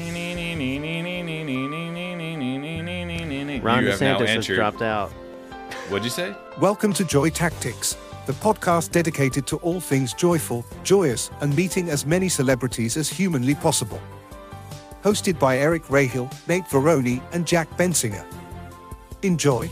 Ron Ron you have now DeSantis has entered. dropped out. What'd you say? Welcome to Joy Tactics, the podcast dedicated to all things joyful, joyous, and meeting as many celebrities as humanly possible. Hosted by Eric Rahill, Nate Veroni, and Jack Bensinger. Enjoy.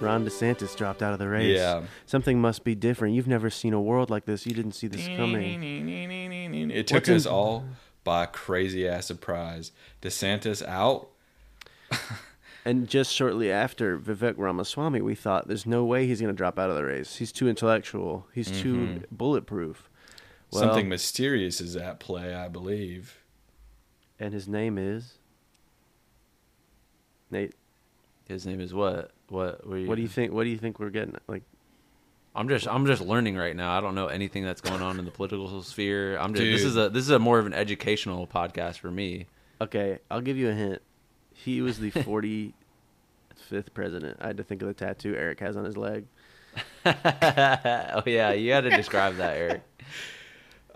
Ron DeSantis dropped out of the race. Yeah. Something must be different. You've never seen a world like this. You didn't see this coming. It took What's in- us all by crazy ass surprise. DeSantis out. And just shortly after Vivek Ramaswamy, we thought there's no way he's going to drop out of the race. He's too intellectual. He's too bulletproof. Well, Mm-hmm. Something mysterious is at play, I believe. and his name is Nate. His name is what? What? What, What do you think? What do you think we're getting? at? Like, I'm just I'm just learning right now. I don't know anything that's going on in the political sphere. I'm just this Dude. is a this is a more of an educational podcast for me. okay, I'll give you a hint. He was the 45th president. I had to think of the tattoo Eric has on his leg. oh yeah, you had to describe that, Eric.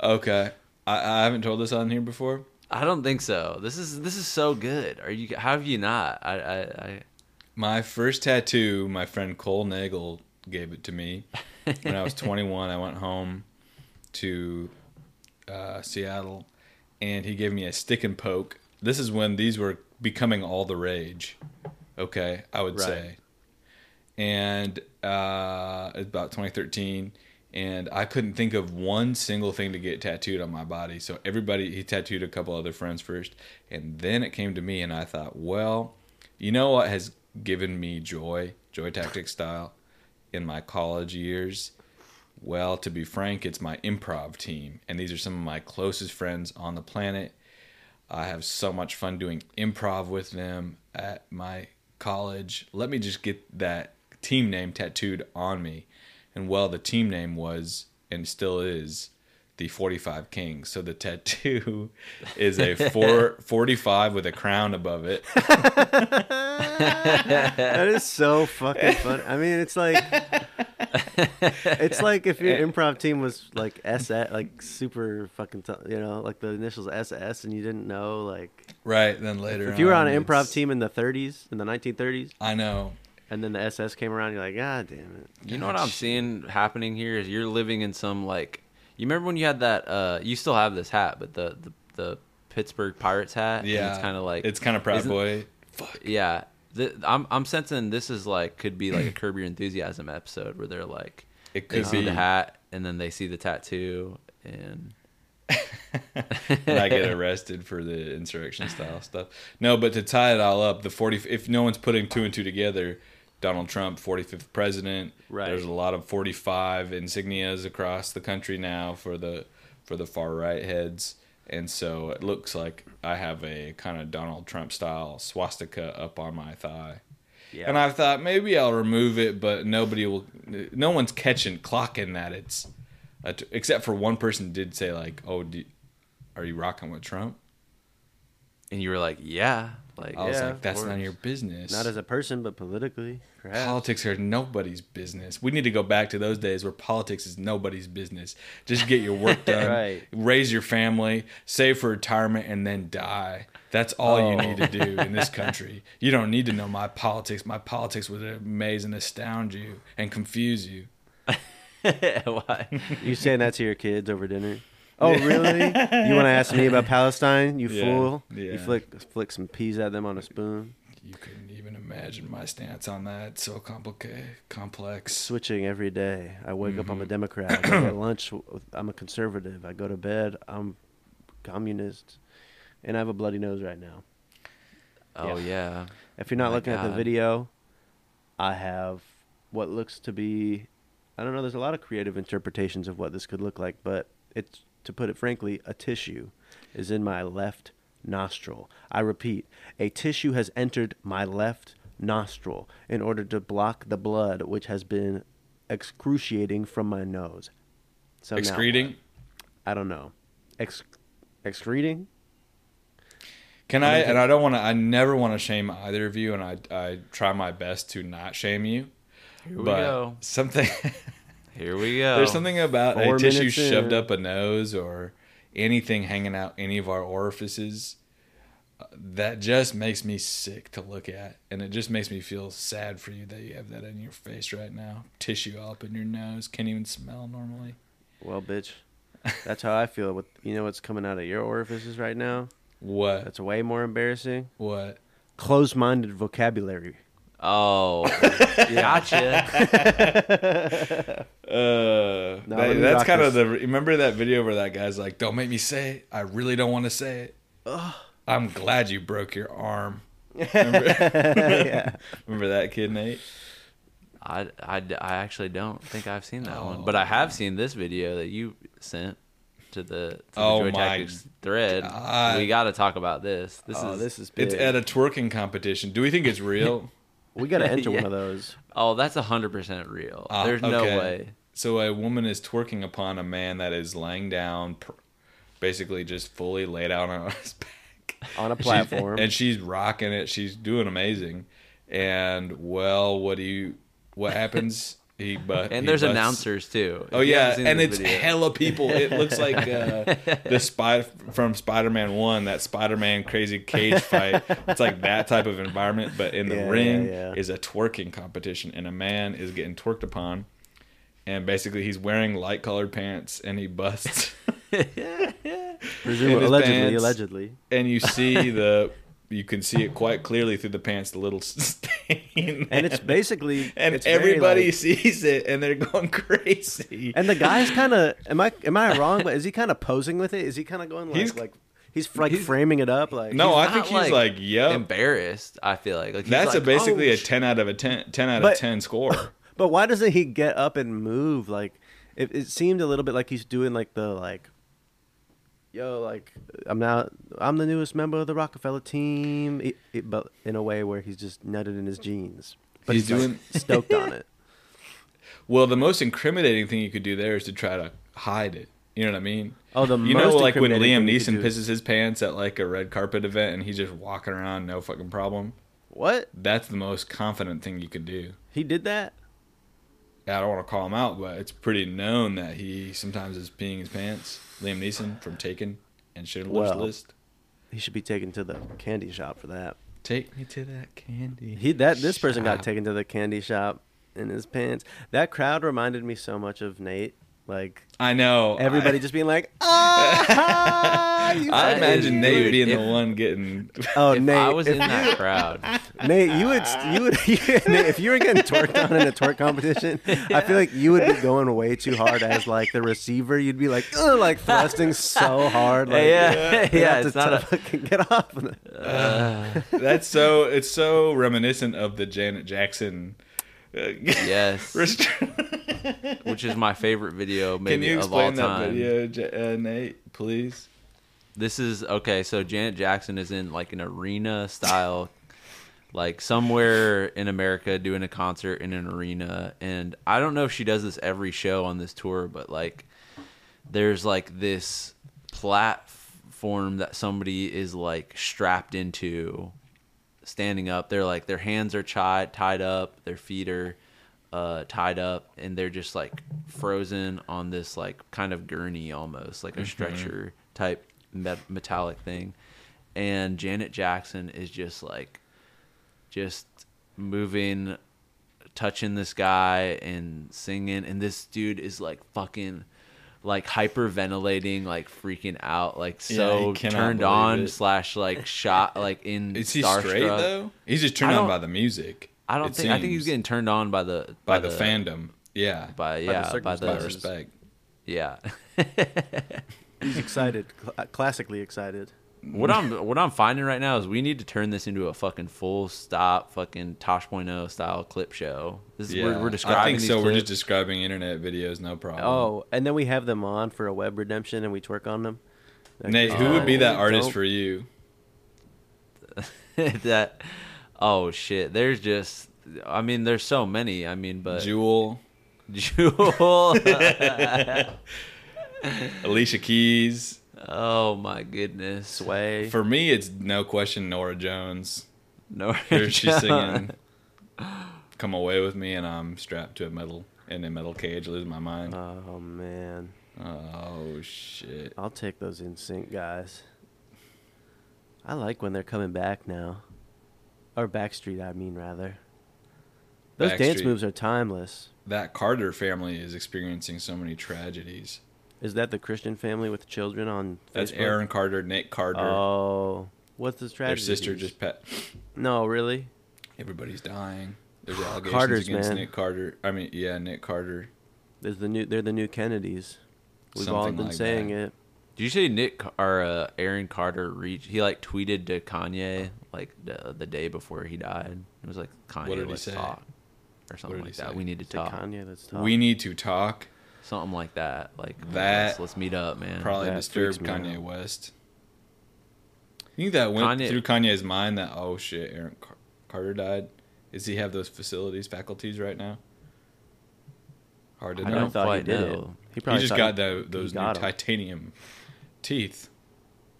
Okay. I, I haven't told this on here before. I don't think so. This is this is so good. Are you? How have you not? I I, I My first tattoo, my friend Cole Nagel gave it to me when I was 21. I went home to uh, Seattle, and he gave me a stick and poke. This is when these were becoming all the rage. Okay, I would Right. say, and uh, it's about 2013, and I couldn't think of one single thing to get tattooed on my body. So everybody, he tattooed a couple other friends first, and then it came to me, and I thought, well, you know what has given me joy, joy tactic style, in my college years. Well, to be frank, it's my improv team, and these are some of my closest friends on the planet. I have so much fun doing improv with them at my college. Let me just get that team name tattooed on me. And well, the team name was and still is the 45 Kings. So the tattoo is a four, 45 with a crown above it. that is so fucking fun. I mean, it's like it's like if your improv team was like SS, like super fucking, t- you know, like the initials SS, and you didn't know, like Right. Then later, if you were on an it's- improv team in the 30s, in the 1930s, I know. and then the SS came around, you're like, God damn it. you know what I'm seeing happening here is you're living in some like you remember when you had that uh you still have this hat but the the, the Pittsburgh Pirates hat and Yeah. it's kind of like it's kind of Proud isn't- Boy. yeah Th- I'm I'm sensing this is like could be like a Curb Your Enthusiasm episode where they're like It they could see be. the hat and then they see the tattoo and and I get arrested for the insurrection style stuff. No, but to tie it all up, the forty if no one's putting two and two together, Donald Trump, forty fifth president. Right. There's a lot of forty five insignias across the country now for the for the far right heads. And so it looks like I have a kind of Donald Trump style swastika up on my thigh. Yeah. And I thought maybe I'll remove it, but nobody will. No one's catching, clocking that it's, a t- except for one person did say like, "Oh, do, are you rocking with Trump?" and you were like yeah like I was Yeah, like, "That's of none of course. your business." Not as a person, but politically, perhaps. politics are nobody's business. We need to go back to those days where politics is nobody's business. Just get your work done, Right. raise your family, save for retirement, and then die. That's all you need to Oh. do in this country. You don't need to know my politics. My politics would amaze and astound you and confuse you. Why? You saying that to your kids over dinner? Oh, really? you want to ask me about Palestine? You Yeah, fool! yeah. You flick flick some peas at them on a spoon. You couldn't even imagine my stance on that. It's so complicated, complex. Switching every day. I wake up. I'm a Democrat. I go to lunch. with- I'm a conservative. I go to bed. I'm communist, and I have a bloody nose right now. oh yeah If you're not My looking at the God. video, I have what looks to be I don't know, there's a lot of creative interpretations of what this could look like, but it's to put it frankly, a tissue is in my left nostril. I repeat, a tissue has entered my left nostril in order to block the blood which has been excruciating from my nose. So now what? Excreting. I don't know. Ex- excreting? Can I? And I don't want to. I never want to shame either of you, and I I try my best to not shame you. here we but go something here we go there's something about Four a tissue minutes shoved in. up a nose or anything hanging out any of our orifices, uh, that just makes me sick to look at. And it just makes me feel sad for you that you have that in your face right now. Tissue all up in your nose, can't even smell normally. Well, bitch, that's how I feel. With you know what's coming out of your orifices right now? What? That's way more embarrassing. what? Close-minded vocabulary. Oh, gotcha. Uh, No, that- let me that's rock kind of this. the. Remember that video where that guy's like, "Don't make me say it. I really don't want to say it." I'm glad you broke your arm. yeah. Remember that kid, Nate? I, I, I actually don't think I've seen that one, Oh, but I have seen this video that you sent to the, to the Oh Joy my Tactics thread. God. We got to talk about this. This Oh, is this is big. It's at a twerking competition. Do we think it's real? we gotta enter Yeah. one of those. oh, that's hundred percent real. Ah, There's no okay. way. So a woman is twerking upon a man that is laying down, pr- basically just fully laid out on his back. on a She's- platform. and she's rocking it. She's doing amazing. And well, what do you? What happens? He but And he there's busts- announcers too. Oh If you haven't yeah, seen and this it's video. hella people. It looks like uh, the spy from Spider-Man One, that Spider-Man crazy cage fight. It's like that type of environment, but in the Yeah, ring yeah, yeah. is a twerking competition, and a man is getting twerked upon, and basically he's wearing light-colored pants, and he busts, Presumably, his allegedly, pants. allegedly. and you see the, you can see it quite clearly through the pants, the little stain, And it's basically and it's very, everybody like- sees it, and they're going crazy. and the guy's kind of am I am I wrong? But is he kind of posing with it? Is he kind of going like He's- like he's like he's- framing it up like no, I not, think he's like, like, yep. Embarrassed, I feel like. like he's That's like, a basically oh, a ten out of a 10, 10 out But- of ten score. But why doesn't he get up and move? Like it, it seemed a little bit like he's doing like the like yo like I'm now I'm the newest member of the Rockefeller team, it, it, but in a way where he's just nutted in his jeans. But He's like, doing- stoked on it. well, the most incriminating thing you could do there is to try to hide it. You know what I mean? Oh, the you know, most like when Liam incriminating thing Neeson you could do. pisses his pants at like a red carpet event and he's just walking around, no fucking problem. What That's the most confident thing you could do. he did that? I don't want to call him out, but it's pretty known that he sometimes is peeing his pants. Liam Neeson from Taken and Schindler's Well. List. He should be taken to the candy shop for that. Take me to that candy. He that this person got shop. taken to the candy shop in his pants. That crowd reminded me so much of Nate. Like I know. everybody I, just being like, ah, you I That imagine is- Nate dude, being if- the one getting Oh, If Nate, I was if in Ah. that crowd, Nate, you would, you would, Nate, if you were getting twerked on in a twerk competition, I feel like you would be going way too hard as like the receiver. You'd be like, Ugh, like thrusting so hard, like, yeah, you yeah, have to it's not t- a fucking get off. That's so. It's so reminiscent of the Janet Jackson. Uh, yes, restraint. which is my favorite video Can maybe you of all explain that time. video, J- uh, Nate? Please. This is okay. So Janet Jackson is in like an arena style, like somewhere in America doing a concert in an arena. And I don't know if she does this every show on this tour, but like there's like this platform that somebody is like strapped into standing up. They're like their hands are tied tied up, their feet are uh, tied up, and they're just like frozen on this like kind of gurney almost, Mm-hmm. like a stretcher type met- metallic thing. And Janet Jackson is just like just moving, touching this guy and singing, and this dude is like fucking. Like hyperventilating, like freaking out, like Yeah, so he cannot turned believe on, it. slash like shot, like in. Is he starstruck. straight though? He's just turned I on don't- by the music. I don't it think. I think he's seems. getting turned on by the by, the, fandom. Yeah. by yeah by the, by circumstances. respect. yeah. He's excited, cl- uh, classically excited. what I'm what I'm finding right now is we need to turn this into a fucking full stop fucking Tosh.0 style clip show. This is Yeah. we're, we're describing. I think these so. We're clips. just describing internet videos. No problem. Oh, and then we have them on for a web redemption, and we twerk on them. Like, Nate, who would be oh, that artist dope. for you? that. Oh shit! There's just. I mean, there's so many. I mean, but Jewel, Jewel. Alicia Keys. oh my goodness. Sway. For me, it's no question Nora Jones. Nora Here she's Jones. singing "Come Away with Me," and I'm strapped to a metal in a metal cage, losing my mind. oh man, Oh shit! I'll take those in sync guys. I like when they're coming back now, or Backstreet. I mean, rather. Those dance Backstreet. moves are timeless. That Carter family is experiencing so many tragedies. Is that the Christian family with the children on? That's Facebook? Aaron Carter, Nick Carter, Oh, what's the their strategy? sister just pet. No, really. Everybody's dying. There's allegations Carters, against man. Nick Carter. I mean, yeah, Nick Carter. There's the new. They're the new Kennedys. We've all Something been like saying that. it. Did you say Nick Ca- or uh, Aaron Carter reached? He like tweeted to Kanye like the, the day before he died. It was like Kanye, did he let's say? talk, or something did like he that. say? We need to Is it talk, Kanye that's talking. We need to talk. something like that. Like That- let's, let's meet up, man. Probably That disturbed freaks me Kanye out. West. You think that went Kanye- through Kanye's mind that oh shit, Aaron Car- Carter died? Does he have those facilities, faculties right now? Hard to I I know. don't thought he quite did it. know. He probably he just got thought tho- those he new got 'em. titanium teeth,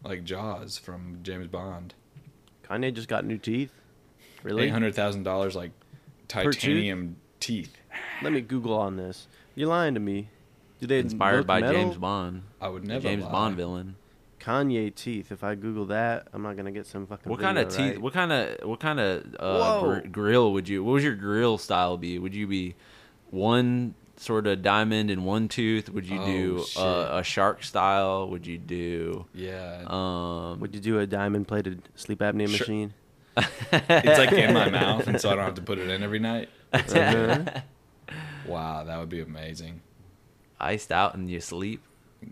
like jaws from James Bond. Kanye just got new teeth. Eight Really? hundred thousand dollars, like tooth? titanium teeth. Let me Google on this. You're lying to me. Do they Inspired look by metal? James Bond, I would the never. James lie. Bond villain. Kanye teeth. If I Google that, I'm not gonna get some fucking. What kind of video, teeth? right? What kind of what kind of uh, Whoa. gr- grill would you? What was your grill style be? Would you be one sort of diamond and one tooth? Would you Oh, do shit. uh, a shark style? Would you do? Yeah, Um, Would you do a diamond plated sleep apnea Sure. machine? it's like in my mouth, and so I don't have to put it in every night. Wow, that would be amazing. iced out and you sleep.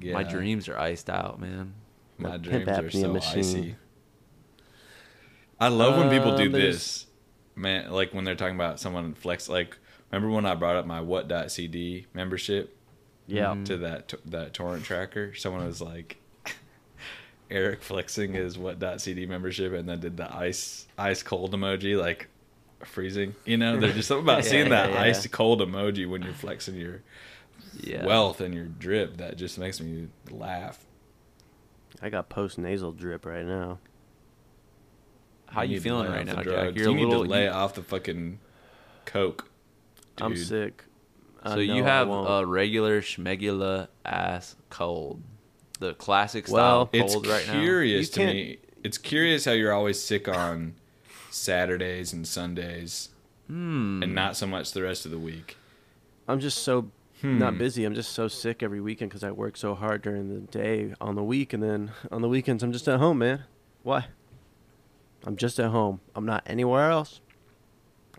Yeah, My dreams are iced out, man. my Pimp dreams are apnea so machine. icy. I love when people do Um, there's- this, man. Like when they're talking about someone flex. Like remember when I brought up my what dot cd membership Yeah. to that t- that torrent tracker? Someone was like. Eric flexing his what dot cd membership and then did the ice ice cold emoji like freezing. You know, there's just something about Yeah, seeing that yeah, yeah. ice cold emoji when you're flexing your Yeah. wealth and your drip that just makes me laugh. I got post nasal drip right now. how you need to feeling lay right off the now, Jack? drugs. You're you a need little. to lay off the fucking coke. I'm dude. sick. I uh, so you know I have won't. a regular schmegula ass cold, the classic Well, style It's cold right now. curious You to me. It's curious how you're always sick on Saturdays and Sundays, Hmm. and not so much the rest of the week. I'm just so Hmm. not busy. I'm just so sick every weekend because I work so hard during the day on the week, and then on the weekends I'm just at home, man. Why? I'm just at home. I'm not anywhere else.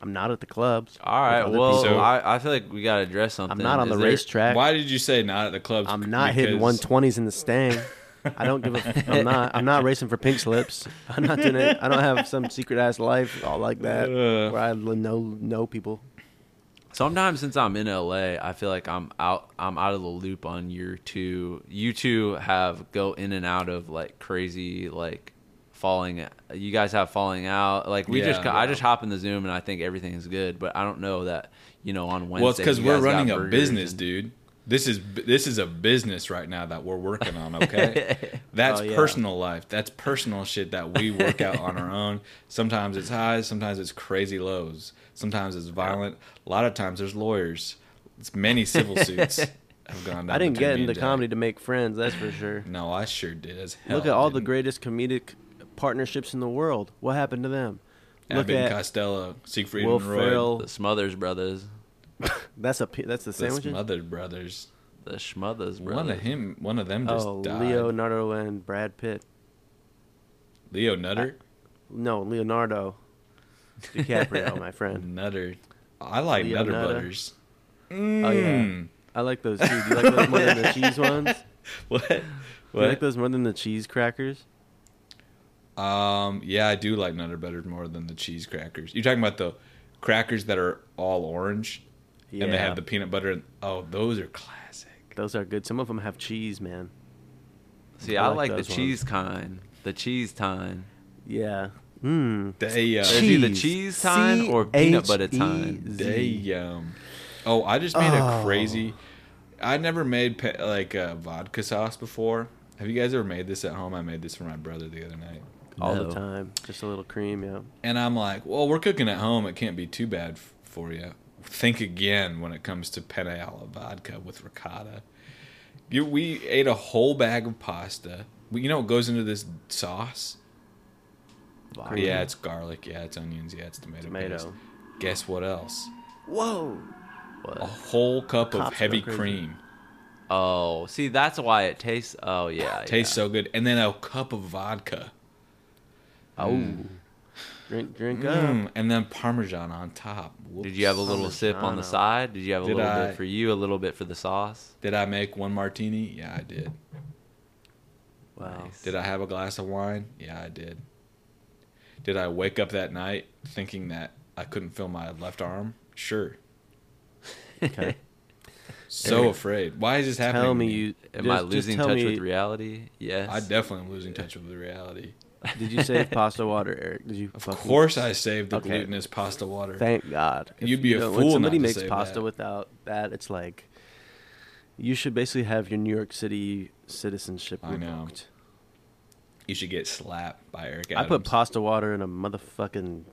I'm not at the clubs. All with right. other Well, people. So- I, I feel like we got to address something. I'm not on Is the there- racetrack. Why did you say not at the clubs? I'm not hitting Because 120s in the stang. I don't give a. I'm not. I'm not racing for pink slips. I'm not doing it. I don't have some secret ass life all like that Uh. where I l- know know people. Sometimes since I'm in LA, I feel like I'm out I'm out of the loop on your two. You two have go in and out of like crazy like falling you guys have falling out. Like we just Yeah. I just hop in the Zoom and I think everything is good, but I don't know that, you know, on Wednesday. Well, it's because you we're guys got running a burgers business, and- dude. This is this is a business right now that we're working on. Okay, that's Oh, yeah. personal life. That's personal shit that we work out on our own. Sometimes it's highs, sometimes it's crazy lows. Sometimes it's violent. A lot of times there's lawyers. It's many civil suits have gone down. I between didn't get me and into Jack. comedy to make friends. That's for sure. No, I sure did. As hell, Look at all the didn't. greatest comedic partnerships in the world. What happened to them? Look Abbott at and Costello, Siegfried Will and Roy, Ferrell, The Smothers brothers. That's a pe- that's the the sandwiches. Smother Brothers. The Schmothers brothers. One of him, one of them just oh, died. Leo, Leonardo and Brad Pitt. Leo Nutter. No, Leonardo DiCaprio, my friend. Nutter. I like Leo Nutter Nutter. Butters. Oh yeah, Mm. I like those too. Do you like those more than the cheese ones? What? Do you like What? those more than the cheese crackers? um, yeah, I do like Nutter Butters more than the cheese crackers. You're talking about the crackers that are all orange Yeah, and they have the peanut butter. And, oh, those are classic. those are good. Some of them have cheese, man. See, I I, like like, the those ones. cheese kind. The cheese time. Yeah. Mm. They, uh, Cheese. either cheese time or E peanut butter time. C-H-E-Z. they, um, oh, I just made Oh. a crazy. I never made pe- like uh, vodka sauce before. Have you guys ever made this at home? I made this for my brother the other night. all No. the time. Just a little cream, yeah. And I'm like, well, we're cooking at home. It can't be too bad f- for you. Think again when it comes to penne alla vodka with ricotta. You, we ate a whole bag of pasta. We, you know what goes into this sauce? Vodka. Yeah, it's garlic. Yeah, it's onions. Yeah, it's tomato. Tomato. paste. Guess what else? Whoa. A whole cup of Cops heavy go crazy. cream. Oh, see, that's why it tastes. Oh yeah, Tastes so good. And then a cup of vodka. Yeah. Oh, Drink, drink up. Mm, and then parmesan on top. Whoops. did you have a little sip on the Parmigiano. side? Did you have a Did little I- bit for you, a little bit for the sauce? Did I make one martini? Yeah, I did. Wow. Did I have a glass of wine? Yeah, I did. Did I wake up that night thinking that I couldn't feel my left arm? Sure. Okay. So afraid. Why is this happening? Tell to me you. Am just- I just losing tell touch me- with reality? Yes. I definitely am losing touch with reality. Did you save pasta water, Eric? Did you? Of fucking- course, I saved the Okay. glutinous pasta water. Thank God. If You'd be you a don't- fool When not somebody to makes say pasta that. without that, it's like you should basically have your New York City citizenship I know. revoked. you should get slapped by Eric. I put Adams. pasta water in a motherfucking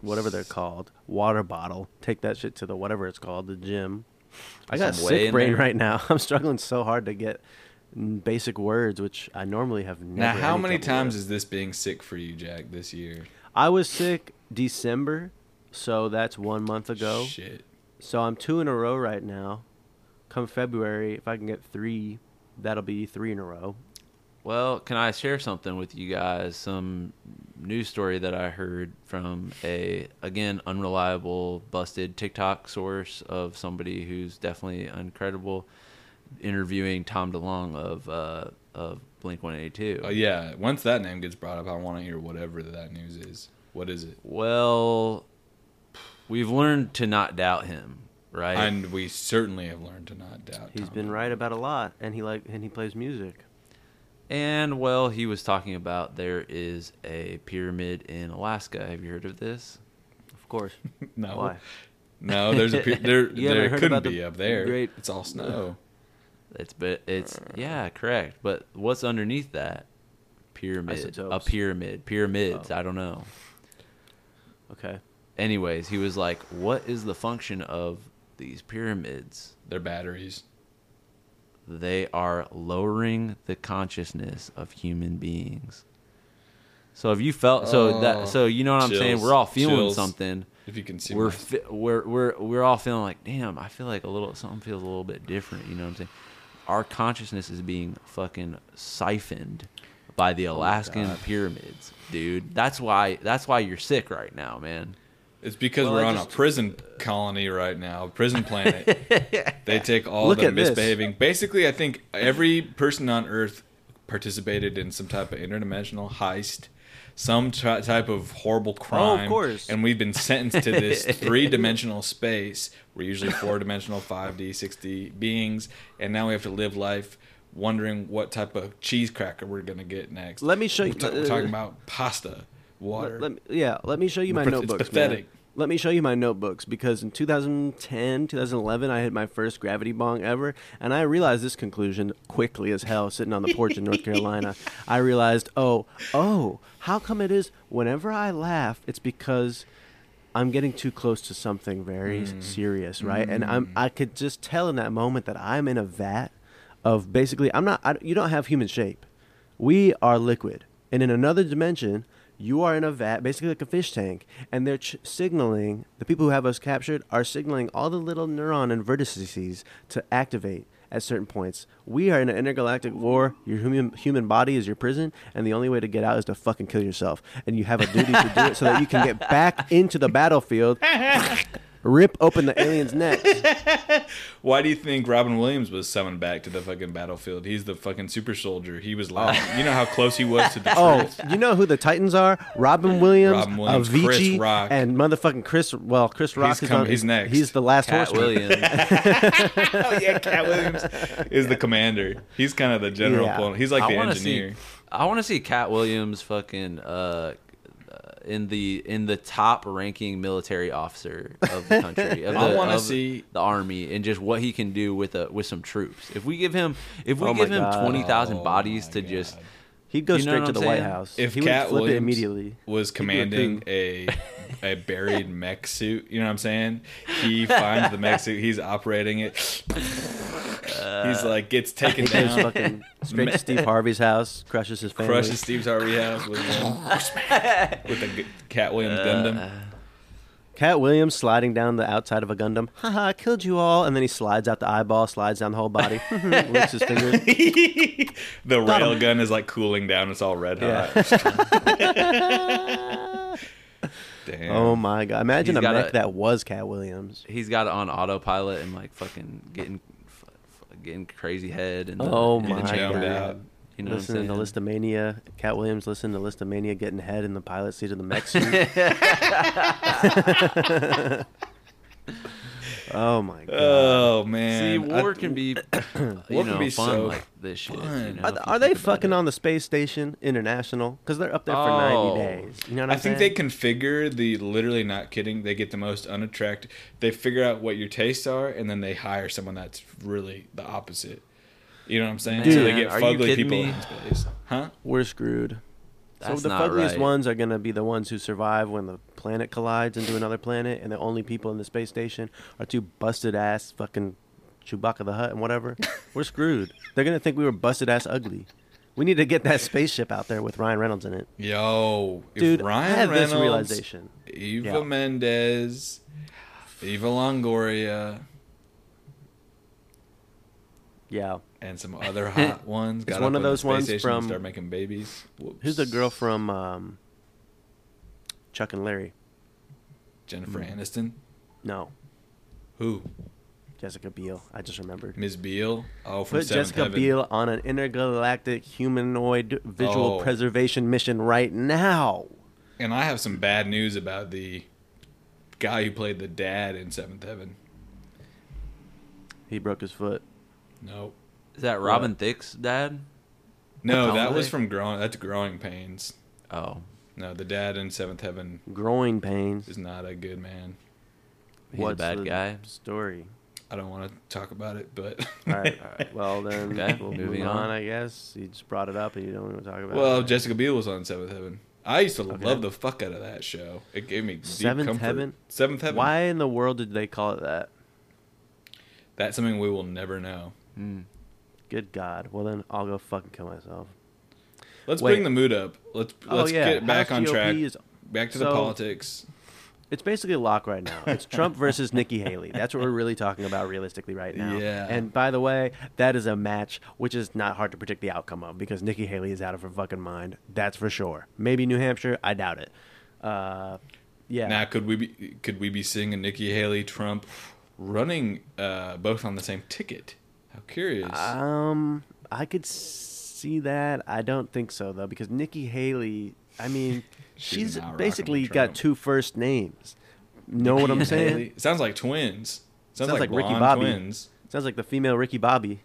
whatever they're called water bottle. Take that shit to the whatever it's called, the gym. I got Some whey sick in brain there? right now. I'm struggling so hard to get mm, basic words, which I normally have never. Now, how any many trouble times with. is this being sick for you, Jack? This year? I was sick December, so that's one month ago. Shit. So I'm two in a row right now. Come February, if I can get three, that'll be three in a row. Well, can I share something with you guys? Some news story that I heard from a again unreliable, busted TikTok source of somebody who's definitely uncredible, interviewing Tom DeLong of uh, of Blink One Eighty Two. Oh yeah. Once that name gets brought up, I want to hear whatever that news is. What is it? Well, we've learned to not doubt him, right? And we certainly have learned to not doubt. He's Tom. been right about a lot, and he like and he plays music. And well, he was talking about there is a pyramid in Alaska. Have you heard of this? Of course. No. Why? No, there's a pe- there. You there haven't heard couldn't about the be up there. great- It's all snow. It's but Uh. it's yeah, correct. But what's underneath that? Pyramid. A Isotopes. pyramid. Pyramids. Oh. I don't know. Okay. Anyways, he was like, "What is the function of these pyramids? They're batteries. They are lowering the consciousness of human beings." So if you felt so Oh. that so you know what I'm saying? Chills. We're all feeling Chills. something. If you can see. We're my- fe- we're we're we're all feeling like, "Damn, I feel like a little something feels a little bit different." You know what I'm saying? Our consciousness is being fucking siphoned by the Alaskan pyramids, dude. That's why that's why you're sick right now, man. it's because Well, we're I on just- a prison colony right now, a prison planet. they take all Look the at this. misbehaving. Basically, I think every person on Earth participated in some type of interdimensional heist. Some t- type of horrible crime, Oh, course. and we've been sentenced to this three-dimensional space. We're usually four-dimensional, five D, six D beings, and now we have to live life wondering what type of cheese cracker we're gonna get next. Let me show you- uh, We're, ta- we're talking about pasta, water. Let, let me, yeah, let me show you my It's notebooks. pathetic. Man. Let me show you my notebooks because in 2010, 2011, I hit my first gravity bong ever, and I realized this conclusion quickly as hell sitting on the porch in North Carolina. I realized, oh, oh, how come it is whenever I laugh, it's because I'm getting too close to something very Hmm. serious, right? And I'm I could just tell in that moment that I'm in a vat of basically I'm not I, you don't have human shape. We are liquid. And in another dimension, you are in a vat, basically like a fish tank, and they're ch- signaling the people who have us captured are signaling all the little neuron and vertices to activate at certain points. We are in an intergalactic war. Your human human body is your prison, and the only way to get out is to fucking kill yourself. And you have a duty to do it so that you can get back into the battlefield. Rip open the alien's neck. Why do you think Robin Williams was summoned back to the fucking battlefield? He's the fucking super soldier. He was laughing. You know how close he was to the Oh, truth. you know who the Titans are? Robin Williams, Robin Williams, Avicii, Chris Rock. and motherfucking Chris. Well, Chris Rock is come- on. he's next. He's the last Cat horseman. Williams. Oh yeah, Cat Williams is the commander. He's kind of the general. Yeah. pulling- He's like I the want to engineer. see. I want to see Cat Williams fucking uh, uh, in the in the top ranking military officer of the country. Of the, I wanna of see- the army and just what he can do with a with some troops. If we give him if we Oh my give him God. twenty thousand Oh bodies my to just God. He'd go You know straight what to I'm the White saying? House. if he Cat would flip Williams it immediately. was commanding a a buried mech suit, you know what I'm saying? He finds the mech suit, he's operating it. he's like gets taken He goes down, fucking straight to Steve Harvey's house, crushes his family. crushes Steve's Harvey house with one, with a g- Cat Williams Uh, Gundam. Cat Williams sliding down the outside of a Gundam. Haha, I killed you all. And then he slides out the eyeball, slides down the whole body, licks his fingers. the rail gun is like cooling down; it's all red hot. Damn. Oh my god. Imagine He's a got mech a- that was Cat Williams. He's got it on autopilot and like fucking getting f- f- getting crazy head and Oh in the my chamber. God. You know listening what to I'm saying? Listomania, Cat Williams listening to Listomania getting head in the pilot seat of the mech suit. oh my god. Oh man! See, war I- can be, war you can know, be fun so like this shit. you fun. know, Are, if you are think they about fucking it. on the space station international? Because they're up there for Oh. 90 days. You know what I I'm think they configure the literally not kidding. They get the most unattractive. They figure out what your tastes are, and then they hire someone that's really the opposite. You know what I'm saying? so they Man, get are you fugly kidding people me? in space, huh? We're screwed. That's so the not fugliest right. ones are going to be the ones who survive when the planet collides into another planet, and the only people in the space station are two busted ass fucking Chewbacca the Hutt and whatever. we're screwed. They're going to think we were busted ass ugly. We need to get that spaceship out there with Ryan Reynolds in it. Yo, Dude, if Ryan I had Reynolds, this realization. Eva Yeah. Mendes, Eva Longoria, Yeah. and some other hot ones. got one up of on the those space ones station and from- start making babies. Whoops. Who's the girl from um, Chuck and Larry? Jennifer Aniston. No, Who? Jessica Biel. I just remembered. Ms. Beale. Oh, from Put Seventh Jessica Heaven. Biel on an intergalactic humanoid visual Oh. preservation mission right now. And I have some bad news about the guy who played the dad in Seventh Heaven. He broke his foot. No, Is that Robin Thicke's dad? no, that Probably. was from growing. That's growing pains. Oh, No, the dad in Seventh Heaven Groin pains. is not a good man. he's a bad the guy. Story. I don't want to talk about it, but All right. All right. Well then, Okay, we'll moving move on. on. I guess you just brought it up and you don't even talk about. well, it. Jessica Biel was on Seventh Heaven. I used to Okay. love the fuck out of that show. It gave me deep Seventh comfort. Heaven? Seventh Heaven. why in the world did they call it that? That's something we will never know. Good God. Well then, I'll go fucking kill myself. Let's Wait. bring the mood up. Let's Oh, let's yeah, get back House on GOP track. is- back to the so- politics. It's basically a lock right now. It's Trump versus Nikki Haley. That's what we're really talking about realistically right now. Yeah. And by the way, that is a match which is not hard to predict the outcome of because Nikki Haley is out of her fucking mind. That's for sure. Maybe New Hampshire. I doubt it. Uh, yeah. Now, could we be could we be seeing a Nikki Haley Trump running uh, both on the same ticket? How curious! Um, I could see that. I don't think so though, because Nikki Haley. I mean, She's she's, not rocking with basically Trump. got two first names. Know what I'm saying? Haley- it sounds like twins. Sounds, like, Ricky Bobby. twins. Sounds like the female Ricky Bobby.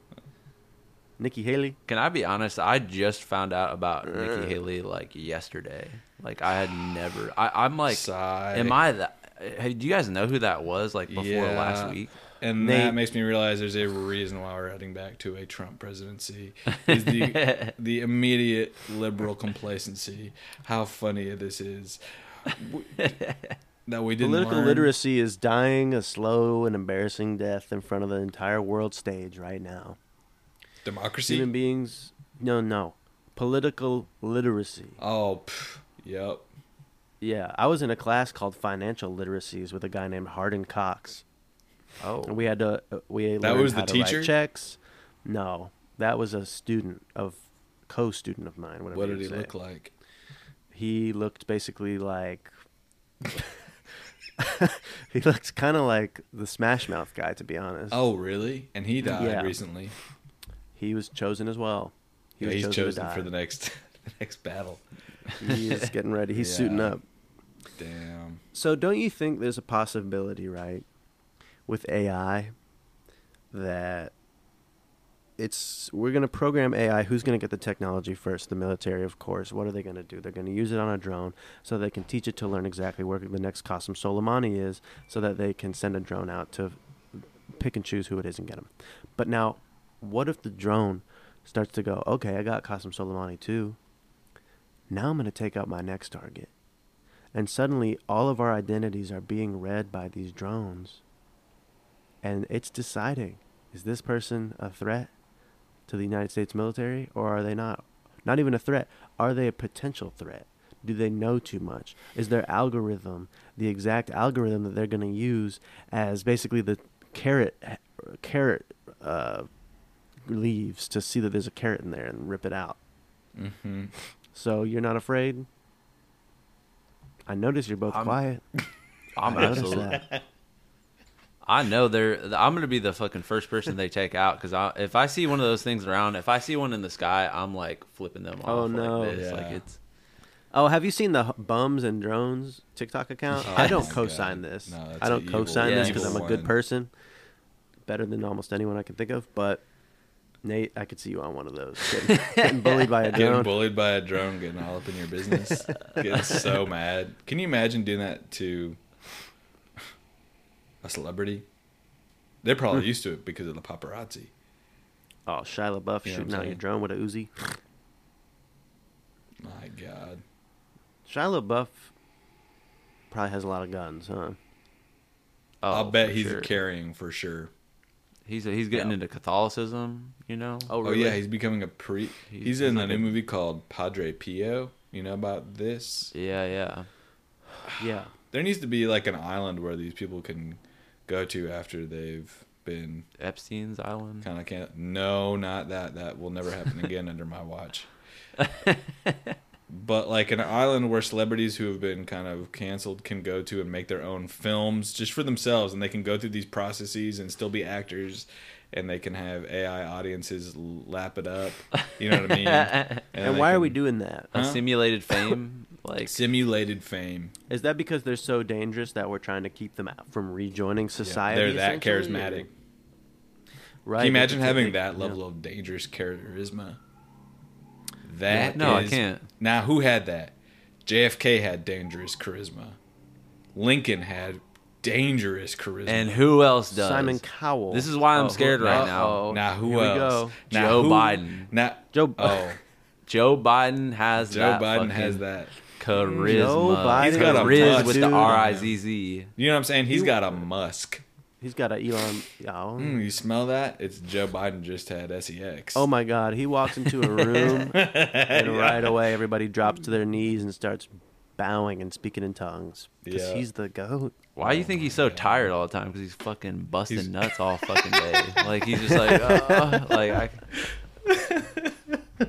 Nikki Haley. Can I be honest? I just found out about Nikki Haley like yesterday. Like I had never. I, I'm like, Sigh. am I that? Hey, do you guys know who that was? Like before Yeah. last week. And Nate- that makes me realize there's a reason why we're heading back to a Trump presidency. Is the the immediate liberal complacency? How funny this is W- that we didn't Political learn. literacy is dying a slow and embarrassing death in front of the entire world stage right now. democracy. Human beings, no, no. Political literacy. oh, pff, yep. Yeah, I was in a class called Financial Literacies with a guy named Hardin Cox. And Oh, we had to, uh, we That learned was the how to teacher? write checks. No, that was a student of, co student of mine. Whatever What you did he say. look like? he looked basically like he looked kind of like the smash mouth guy to be honest Oh, really? And he died Yeah. recently. he was chosen as well he Yeah, was he's to chosen die. for the next the next battle. he's getting ready he's suiting Yeah. up Damn. so don't you think there's a possibility right with ai that it's we're going to program ai who's going to get the technology first the military of course what are they going to do they're going to use it on a drone so they can teach it to learn exactly where the next Qasem Soleimani is so that they can send a drone out to pick and choose who it is and get him but now what if the drone starts to go okay i got Qasem Soleimani too Now I'm going to take out my next target. And suddenly, all of our identities are being read by these drones. And it's deciding is this person a threat to the United States military or are they not? Not even a threat. Are they a potential threat? Do they know too much? Is their algorithm the exact algorithm that they're going to use as basically the carrot carrot uh, leaves to see that there's a carrot in there and rip it out? Mm-hmm. So you're not afraid? I notice you're both I'm- quiet. I'm I notice absolutely. that. I know they're. I'm gonna be the fucking first person they take out because I, if I see one of those things around, if I see one in the sky, I'm like flipping them off. Oh, no. Like this. Yeah. Like it's. Oh, have you seen the H- Bums and Drones TikTok account? Oh I don't my co-sign God. this. No, that's I don't an evil- co-sign this yeah. because I'm a evil good one. person, better than almost anyone I can think of. But Nate, I could see you on one of those getting, getting bullied by a Getting drone. bullied by a drone, getting all up in your business, getting so mad. Can you imagine doing that to a celebrity? They're probably used to it because of the paparazzi. Oh, Shia LaBeouf Yeah, I'm shooting out your saying. drone with a Uzi. My God, Shia LaBeouf probably has a lot of guns, huh? Oh, I'll bet for he's sure. carrying for sure. He's he's getting Yeah. into Catholicism. You know. Oh yeah, he's becoming a pre. He's, he's in a like new a- movie called Padre Pio. You know about this? Yeah, yeah. yeah. There needs to be like an island where these people can go to after they've been Epstein's Island. kind of can't. No, not that. That will never happen again under my watch. but like an island where celebrities who have been kind of canceled can go to and make their own films just for themselves, and they can go through these processes and still be actors, and they can have AI audiences lap it up. You know what I mean? And, And they why are we can- doing that? A simulated fame. like simulated fame? Is that because they're so dangerous that we're trying to keep them out from rejoining society? They're that essentially, or- charismatic. Right. Can you imagine because having they- that yeah. level of dangerous charisma? That No, I is- can't. Now, who had that? JFK had dangerous charisma. Lincoln had dangerous charisma. And who else does? Simon Cowell. This is why I'm Oh, who- scared right now. uh-oh. now who Here we else? go. Now, Joe who- Biden. Now, Joe- Oh, Joe Biden has Joe that. Biden fucking has that. charisma. Joe Biden He's got a Riz bus, with dude. the R I Z Z. You know what I'm saying? He's You- got a Musk. He's got an Elon. Oh, Mm, you smell that? It's Joe Biden just had E sex. oh my God! He walks into a room, and right away everybody drops to their knees and starts bowing and speaking in tongues because Yeah. he's the goat. Why do you think he's so tired all the time? Because Oh, he's fucking busting He's- nuts all fucking day. like he's just like, uh, like I,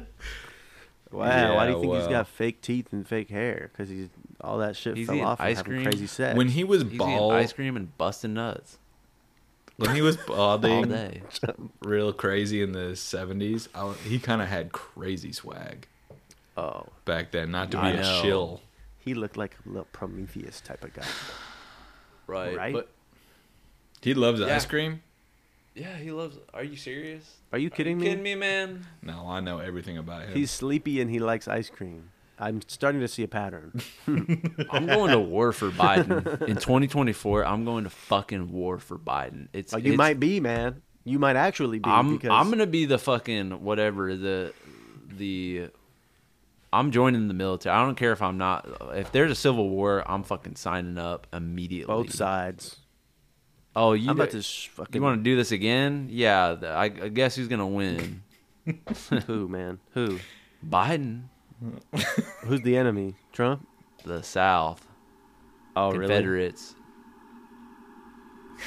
Wow! why do you Yeah, think he's well. got fake teeth and fake hair? Because he's all that shit He's fell eating off and ice having cream. crazy sex. When he was he's eating bald, ice cream and busting nuts when he was all balding, day. real crazy in the 70s, I, he kind of had crazy swag. oh, back then, not to be I a know. shill. he looked like a little Prometheus type of guy. Right. Right? But He loves Yeah. ice cream. yeah, he loves. Are you serious? Are you kidding me? Kidding me, man. No, I know everything about him. He's sleepy and he likes ice cream. I'm starting to see a pattern. I'm going to war for Biden in 2024. I'm going to fucking war for Biden. It's Oh, you it's- might be, man. You might actually be. I'm because I'm gonna be the fucking whatever the the. I'm joining the military. I don't care if I'm not. If there's a civil war, I'm fucking signing up immediately. both sides. Oh, you I'm about do- to sh- fucking you want to do this again? Yeah. th- I, I guess who's gonna win? who, man? Who? Biden, Who's the enemy? Trump? the South, Oh, Confederates.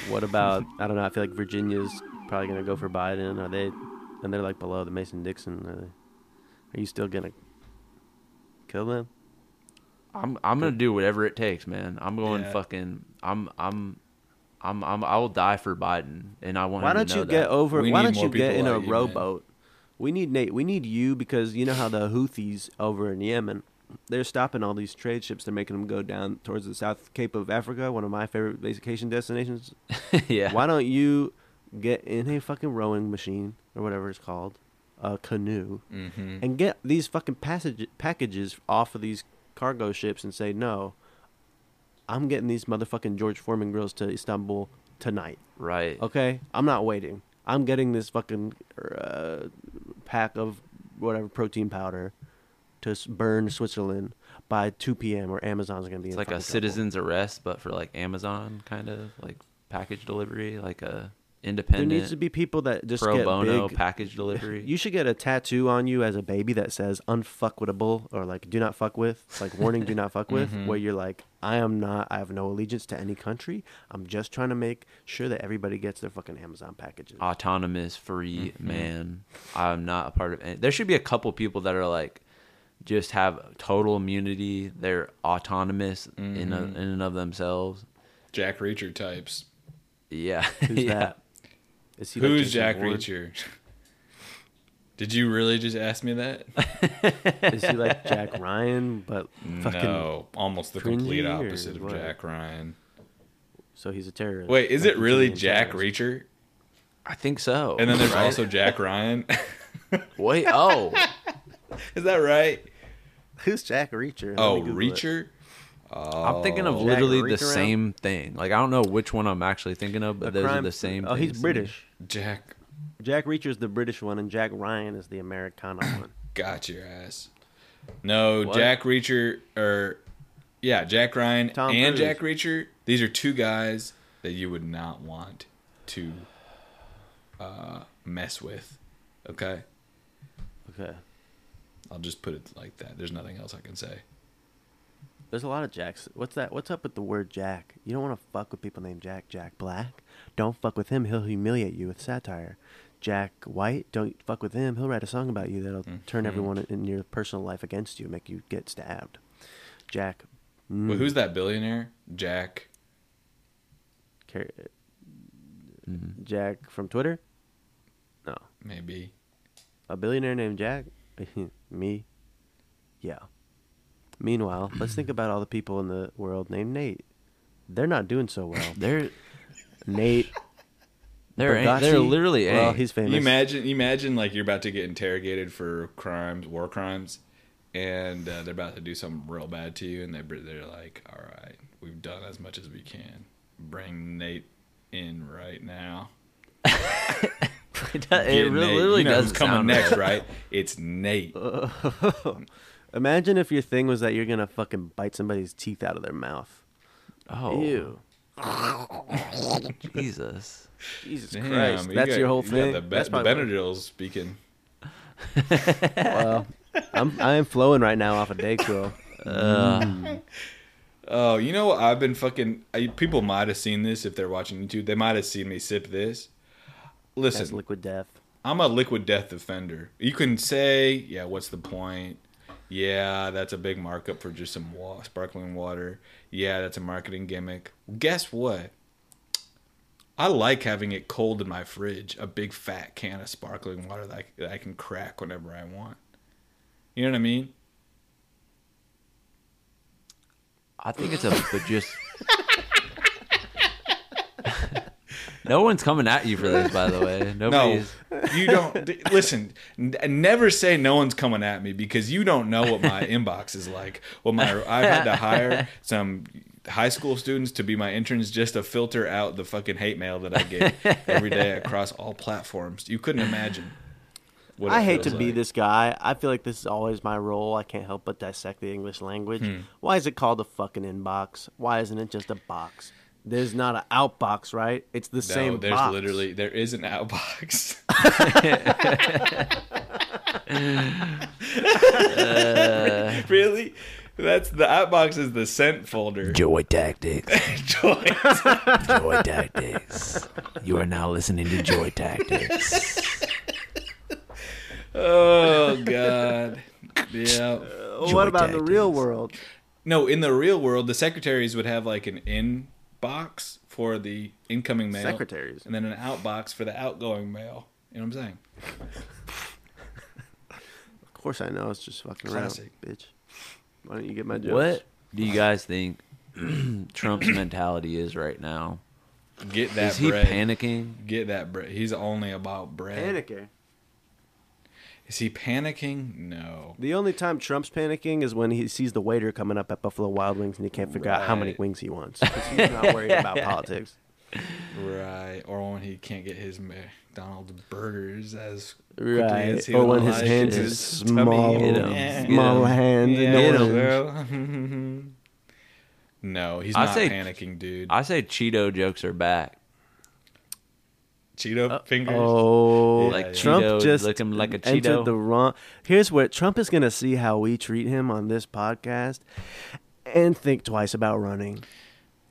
What about? I don't know. I feel like Virginia's probably gonna go for Biden. Are they? And they're like below the Mason Dixon. Are, they, are you still gonna kill them? I'm I'm gonna do whatever it takes, man. I'm going Yeah. fucking. I'm I'm. I'm, I'm, I will die for Biden, and I want. Why him to don't you know that. get over? We why need don't more you get people in a like you, man. rowboat? We need Nate. We need you because you know how the Houthis over in Yemen, they're stopping all these trade ships. They're making them go down towards the South Cape of Africa, one of my favorite vacation destinations. yeah. Why don't you get in a fucking rowing machine or whatever it's called, a canoe, Mhm. and get these fucking passage packages off of these cargo ships and say no. I'm getting these motherfucking George Foreman grills to Istanbul tonight. Right. Okay, I'm not waiting. I'm getting this fucking uh, pack of whatever protein powder to s- Bern, Switzerland by 2 p.m. or Amazon's going to be It's in like a fucking trouble. citizen's arrest, but for like Amazon kind of like package delivery, like a There independent needs to be people that just pro get bono big. package delivery. You should get a tattoo on you as a baby that says "unfuckwitable" or like "do not fuck with," like warning "do not fuck with," Mm-hmm. where you're like, "I am not. I have no allegiance to any country. I'm just trying to make sure that everybody gets their fucking Amazon packages." autonomous free Mm-hmm. man. I'm not a part of any. There should be a couple people that are like just have total immunity. They're autonomous in a, in and of themselves. Jack Reacher types. Yeah. Who's yeah. that? Is he like Who's Jason Jack Bourne? Reacher? Did you really just ask me that? Is he like Jack Ryan? But fucking no, almost the complete cringy or opposite of what? Jack Ryan. so he's a terrorist. Wait, is Like it the really Indian Jack terrorist. Reacher? I think so. And then there's right? also Jack Ryan. wait. Oh, is that right? Who's Jack Reacher? Let Oh, me Google it. Reacher. I'm thinking of Oh. Jack literally the Reacher round? same thing. Like I don't know which one I'm actually thinking of, but A those are crime- the same. Oh, he's things to me. British. Jack Jack Reacher is the British one, and Jack Ryan is the Americana one. got your ass. No, What? Jack Reacher or yeah, Jack Ryan Tom and Cruise. Jack Reacher. These are two guys that you would not want to uh, mess with. Okay, Okay. I'll just put it like that. There's nothing else I can say. There's a lot of Jacks. What's that? What's up with the word Jack? You don't want to fuck with people named Jack. Jack Black. Don't fuck with him. He'll humiliate you with satire. Jack White. Don't fuck with him. He'll write a song about you that'll Mm-hmm. turn everyone in your personal life against you, make you get stabbed. Jack. Mm, Wait, who's that billionaire? Jack. Car- Mm-hmm. Jack from Twitter. No, Maybe. a billionaire named Jack. Me. Yeah. Meanwhile, let's think about all the people in the world named Nate. They're not doing so well. There, Nate. there, ain't, there Bogdaci. literally ain't. Well, he's famous. You imagine, you imagine, like you're about to get interrogated for crimes, war crimes, and uh, they're about to do something real bad to you, and they they're like, "All right, we've done as much as we can. Bring Nate in right now." it does- it Get really, Nate. literally You know does who's coming sound next, right. right? It's Nate. Oh, Imagine if your thing was that you're gonna fucking bite somebody's teeth out of their mouth. Oh, Ew. Jesus. Jesus Damn, Christ. you That's got- your whole you got thing. the, Be- That's the my word. Benadryl's speaking. Well, I'm I am flowing right now off of Dayquil. Oh, you know what? I've been fucking. I, people might have seen this if they're watching YouTube. They might have seen me sip this. That's Listen, liquid death. I'm a liquid death offender. You can say, yeah, what's the point? Yeah, that's a big markup for just some wa- sparkling water. Yeah, that's a marketing gimmick. Guess what? I like having it cold in my fridge, a big fat can of sparkling water that I, that I can crack whenever I want. You know what I mean? I think it's a but just. no one's coming at you for this, by the way. Nobody's. No, you don't. d- Listen, n- never say no one's coming at me because you don't know what my inbox is like. Well, my I've had to hire some high school students to be my interns just to filter out the fucking hate mail that I get every day across all platforms. You couldn't imagine. What I it hate to feels be like. this guy. I feel like this is always my role. I can't help but dissect the English language. Hmm. Why is it called a fucking inbox? Why isn't it just a box? There's not an outbox, right? It's the No, same there's box. literally there is an outbox. really? That's the outbox is the sent folder. Joy tactics. Joy. Joy tactics. You are now listening to Joy tactics. Oh god. Yeah. Well, Oh, what Joy about in the real tactics. world? No, in the real world, the secretaries would have like an inbox for the incoming mail, Secretaries. and then an outbox for the outgoing mail. You know what I'm saying? Of course I know. It's just fucking Classic. around, bitch. Why don't you get my jokes? What do you guys think Trump's mentality is right now? Get that is he bread. panicking? Get that bread. He's only about bread. Panicking. Is he panicking? No. The only time Trump's panicking is when he sees the waiter coming up at Buffalo Wild Wings and he can't figure out how many Right. wings he wants. 'cause he's not worried about politics. Right. Or when he can't get his McDonald's burgers as quickly Right. as he Or would when his like. hands His is tummy, small, you know. Yeah. small Yeah. hand. Yeah, and yeah, orange. girl. no, he's I not say- panicking, dude. I say Cheeto jokes are back. Uh, Cheeto fingers. Oh, Yeah, Like yeah. Trump Cheeto, just lick 'em like a entered Cheeto. the wrong. Here's where Trump is going to see how we treat him on this podcast, and think twice about running.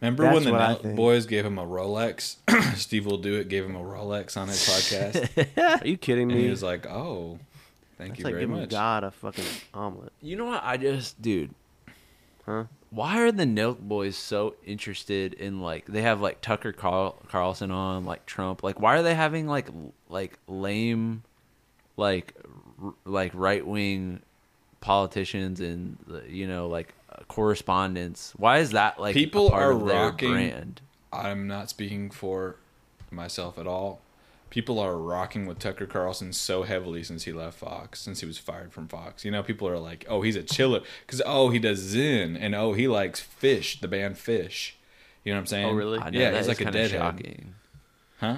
Remember That's when the what I Nel- think. boys gave him a Rolex? Steve will do it. Gave him a Rolex on his podcast, Are you kidding and he me? was like, "Oh, thank That's you like very giving much." God a fucking omelet. You know what? I just, dude. Huh? Why are the Milk Boys so interested in like they have like Tucker Carl- Carlson on like Trump? Like, why are they having like l- like lame, like r- like right wing politicians and the- you know like uh, correspondents? Why is that like a People part are of their rocking- brand? I'm not speaking for myself at all. People are rocking with Tucker Carlson so heavily since he left Fox, since he was fired from Fox. You know, people are like, "Oh, he's a chiller," because oh, he does Zen, and oh, he likes Fish, the band Fish. You know what I'm saying? Oh, really? I know Yeah, that he's is like a kinda deadhead, shocking. huh?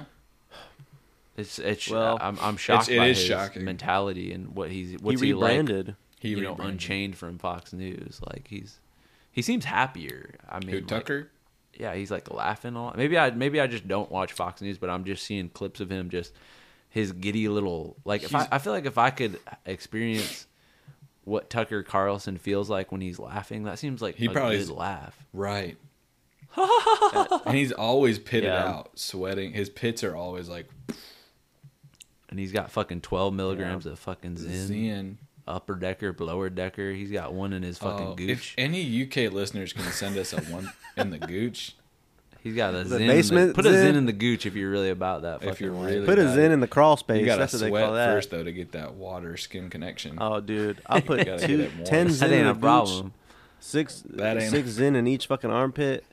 It's it's Well, I'm I'm shocked it by is his shocking. mentality and what he's what's he he, rebranded. like you know rebranded. unchained from Fox News. Like he's he seems happier. I mean Who like, Tucker? yeah, he's like laughing a lot. Maybe I maybe I just don't watch Fox News, but I'm just seeing clips of him just his giddy little like if I, I feel like if I could experience what Tucker Carlson feels like when he's laughing, that seems like He a probably good is- laugh. Right. and he's always pitted Yeah. out, sweating. His pits are always like And he's got fucking twelve milligrams of fucking Zen, zen. upper decker, blower decker. He's got one in his fucking Oh, if gooch. any UK listeners can send us a one in the gooch, He's got a The zen. In the, basement put a zen Zen. in the gooch if you're really about that. If fucking you're life. really- Put a got zen it. in the crawl space. you gotta That's what they sweat call that. first though to get that water skin connection. Oh, dude, I'll put gotta get two, it moist. ten that zen ain't in a each- problem. Six, That ain't- six zen in each fucking armpit.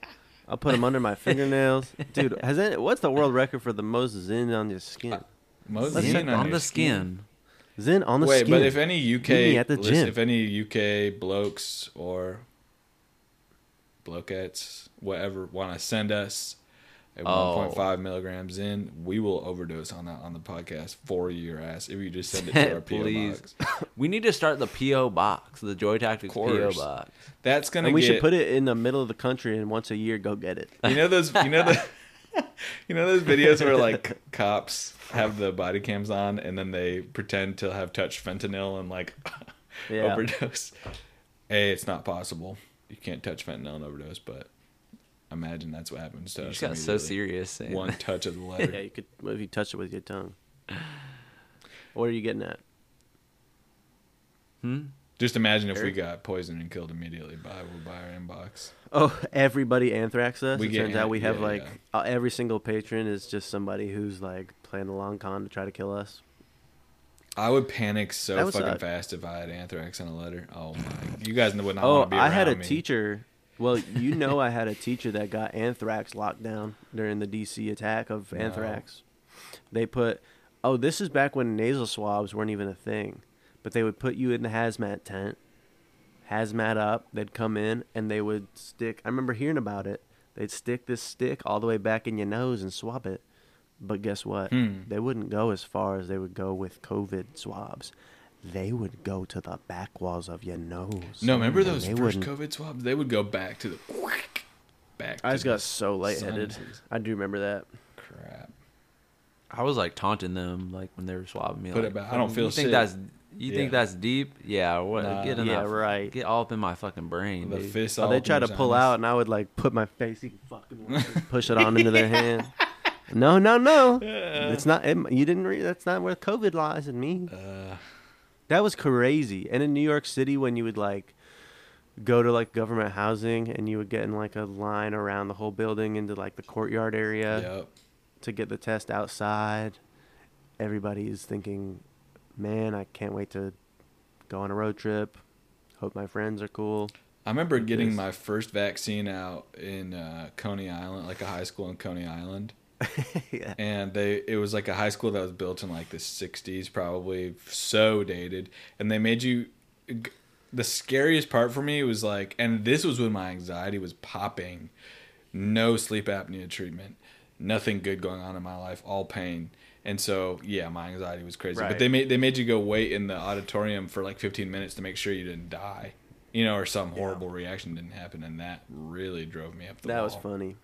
I'll put them under my fingernails, dude. Has any, what's the world record for the most zen on your skin? Most Let's zen check Zen on your the skin. Zen on the Wait, skin. but if any UK Meet me at the list- gym. if any UK blokes or blokettes, whatever, want to send us a Oh. 1.5 milligrams in, we will overdose on that on the podcast for your ass if you just send it to our PO Please. box. we need to start the PO box, the Joy Tactics PO course. box. That's gonna. and we get, should put it in the middle of the country and once a year go get it. You know those. You know the. You know those videos where like cops have the body cams on and then they pretend to have touched fentanyl and like Yeah. overdose. A, it's not possible. You can't touch fentanyl and overdose, but imagine that's what happens to You us. just got so immediately. serious. eh? Saying One that. touch of the Yeah, letter. you could well, if you touch it with your tongue. What are you getting at? Just imagine if we got poisoned and killed immediately by by our inbox. Oh, everybody anthrax us. We it get turns out we anth- have yeah, like yeah. uh, every single patron is just somebody who's like playing the long con to try to kill us. I would panic so That would fucking suck. fast if I had anthrax on a letter. Oh my! You guys would not Oh, want to be around I had a me. teacher. Well, you know, I had a teacher that got anthrax locked down during the DC attack of anthrax. They put, oh, this is back when nasal swabs weren't even a thing, but they would put you in the hazmat tent, hazmat up. They'd come in and they would stick. I remember hearing about it. They'd stick this stick all the way back in your nose and swab it. But guess what? Hmm. They wouldn't go as far as they would go with COVID swabs. They would go to the back walls of your nose. No, remember And those they first wouldn't- COVID swabs? They would go back to the whack, back. I to just got the so lightheaded. sinuses. I do remember that. Crap. I was like taunting them, like when they were swabbing me. Put like, it back. I don't feel you think sick." That's, you think Yeah. that's deep? Yeah. What? Nah. Get in Yeah, that- right. Get all up in my fucking brain. The dude. fist. Oh, all they up in try to your pull sinus. out, and I would like put my face, you fucking want push it on into their hand. No, no, no. It's not. It, you didn't read. That's not where COVID lies in me. Uh, that was crazy. And in New York City, when you would like go to like government housing, and you would get in like a line around the whole building into like the courtyard area. Yep. to get the test outside. Everybody is thinking, man, I can't wait to go on a road trip. Hope my friends are cool. I remember getting Yes. my first vaccine out in uh, Coney Island, like a high school in Coney Island, yeah. and they it was like a high school that was built in like the '60s, probably so dated, and they made you. The scariest part for me was like, and this was when my anxiety was popping, no sleep apnea treatment. nothing good going on in my life, all pain. And so, yeah, my anxiety was crazy. Right. But they made they made you go wait in the auditorium for like 15 minutes to make sure you didn't die, you know, or some horrible reaction didn't happen, and that really drove me up the That wall. was funny.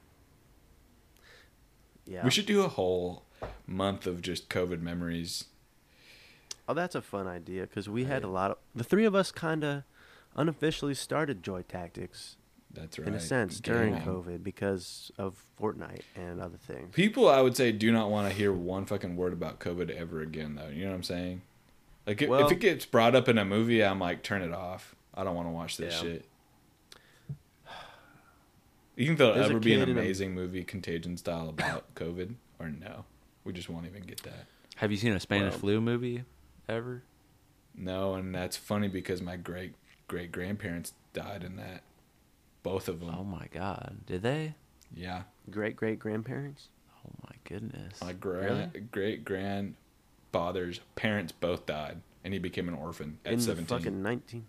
Yeah. We should do a whole month of just COVID memories. Oh, that's a fun idea because we had a lot of the three of us kind of unofficially started Joy Tactics That's right. in a sense during Yeah. COVID because of Fortnite and other things. People, I would say, do not want to hear one fucking word about COVID ever again, though. You know what I'm saying? Like, if, Well- if it gets brought up in a movie, I'm like, turn it off. I don't want to watch this Yeah. shit. You think there'll There's a ever be an kid in a- amazing movie, Contagion style, about COVID? Or no? We just won't even get that. Have you seen a Spanish Well- flu movie ever? No, and that's funny because my great great grandparents died in that. Both of them. Oh my god, did they? Yeah. Great great grandparents. Oh my goodness. My gra- great grandfather's parents both died, and he became an orphan at in 17. the fucking nineteen.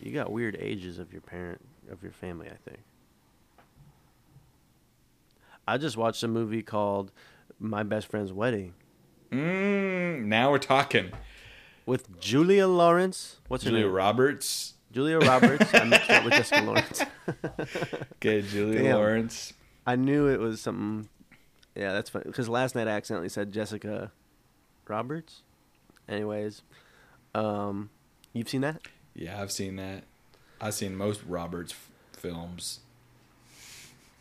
You got weird ages of your parent of your family, I think. I just watched a movie called My Best Friend's Wedding Mm, now we're talking. with Julia Lawrence. What's her Julia name? Roberts. Julia Roberts. I mixed up with Jessica Lawrence. Okay, Julia Damn. Lawrence. I knew it was something. Yeah, that's funny. Because last night I accidentally said Jessica Roberts. Anyways, um, you've seen that? Yeah, I've seen that. I've seen most Roberts f- films.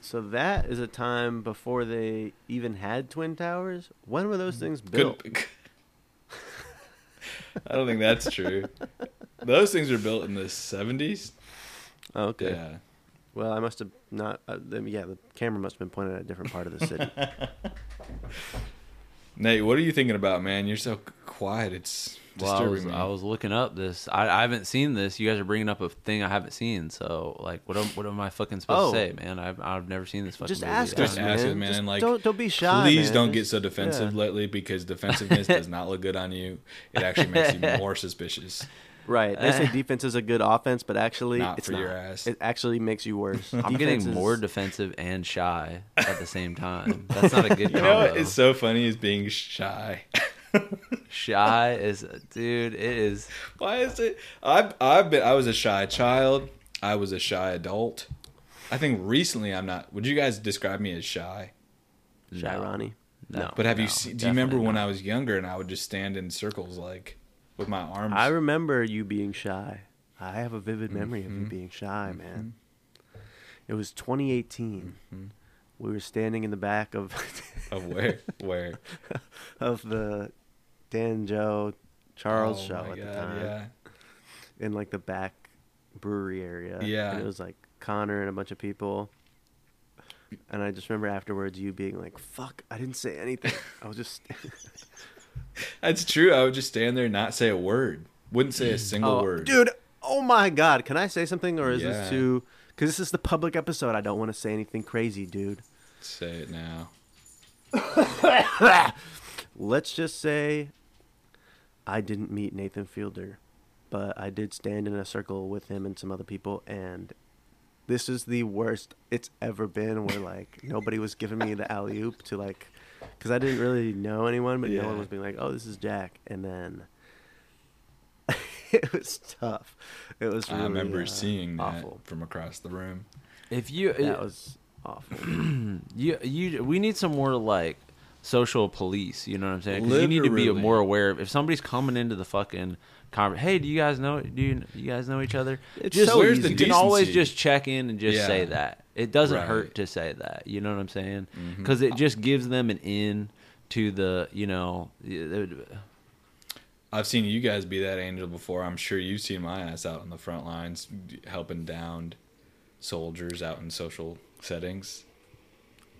So that is a time before they even had twin towers. When were those things built? Good. I don't think that's true. Those things were built in the 70s. Okay. Yeah. Well, I must have not. Uh, the- yeah, the camera must have been pointed at a different part of the city. Nate, what are you thinking about, man? You're so c- quiet. It's well, I disturbing was, me. I was looking up this. I, I haven't seen this. You guys are bringing up a thing I haven't seen. So, like, what am, what am I fucking supposed to Oh. say, man? I've, I've never seen this fucking Just movie. ask I Just us, don't know. ask man. it, man. Just like, don't- don't be shy, Please man. don't get Just- so defensive yeah. lately because defensiveness does not look good on you. It actually makes you more suspicious. right. They say defense is a good offense, but actually, Not it's for not. your ass. It actually makes you worse. I'm Defense getting is- more defensive and shy at the same time. That's not a good You combo. know what is so funny is being shy. Shy is, dude. It is. Why is it? I've I've been I was a shy child. I was a shy adult. I think recently I'm not. Would you guys describe me as shy? Shy Ronnie. No. But have you? no, se- do you remember definitely when I was younger and I would just stand in circles like with my arms? I remember you being shy. I have a vivid memory of Mm-hmm. you being shy, man. It was 2018. Mm-hmm. We were standing in the back of of where where of the Dan Joe Charles Oh show my at the God, time Yeah. in like the back brewery area. Yeah. and it was like Connor and a bunch of people. And I just remember afterwards you being like, "Fuck, I didn't say anything. I was just That's true. I would just stand there and not say a word. Wouldn't say a single Oh, word. Dude, oh my God. Can I say something or is Yeah. this too. Because this is the public episode. I don't want to say anything crazy, dude. Say it now. Let's just say I didn't meet Nathan Fielder, but I did stand in a circle with him and some other people. And this is the worst it's ever been where, like, nobody was giving me the alley oop to, like, because I didn't really know anyone, but no one Yeah. was being like, oh, this is Jack. And then. it was tough. It was. Really, I remember uh, seeing that awful. from across the room. If you, That was awful. you, you, we need some more like social police. You know what I'm saying? 'Cause You need to be Literally. more aware of if somebody's coming into the fucking. Conver- hey, do you guys know? Do you, do you guys know each other? It's just so Where's the you can always decency? just check in and just Yeah. say that. It doesn't Right. hurt to say that. You know what I'm saying? Because it just gives them an in to the. You know. the- I've seen you guys be that angel before. I'm sure you've seen my ass out on the front lines helping downed soldiers out in social settings.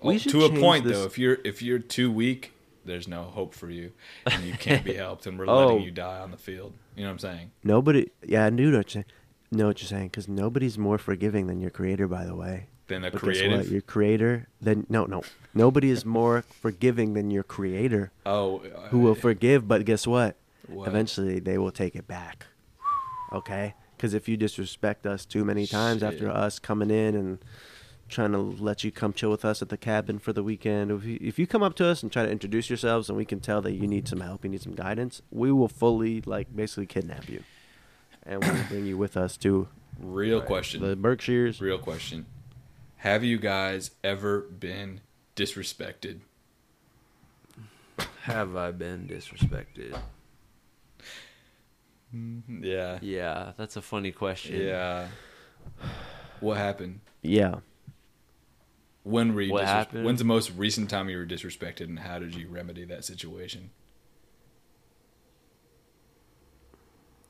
We Well, should to a change point this- though, if you're if you're too weak, there's no hope for you, and you can't be helped, and we're Oh. letting you die on the field. You know what I'm saying? Nobody. Yeah, I knew what you know what you're saying because nobody's more forgiving than your creator. By the way, Then a But guess what? creative. Your creator. Then no, no. Nobody is more forgiving than your creator, Oh, who will forgive. But guess what? What? Eventually, they will take it back. Okay. Because if you disrespect us too many times after Shit. us coming in and trying to let you come chill with us at the cabin for the weekend. If you, if you come up to us and try to introduce yourselves, and we can tell that you need some help, you need some guidance, we will fully like basically kidnap you, and we'll bring you with us to Real question. the Berkshires. Real question. Have you guys ever been disrespected? Have I been disrespected? Yeah. Yeah, that's a funny question. Yeah. What happened? Yeah. When were you What disres- happened? When's the most recent time you were disrespected, and how did you remedy that situation?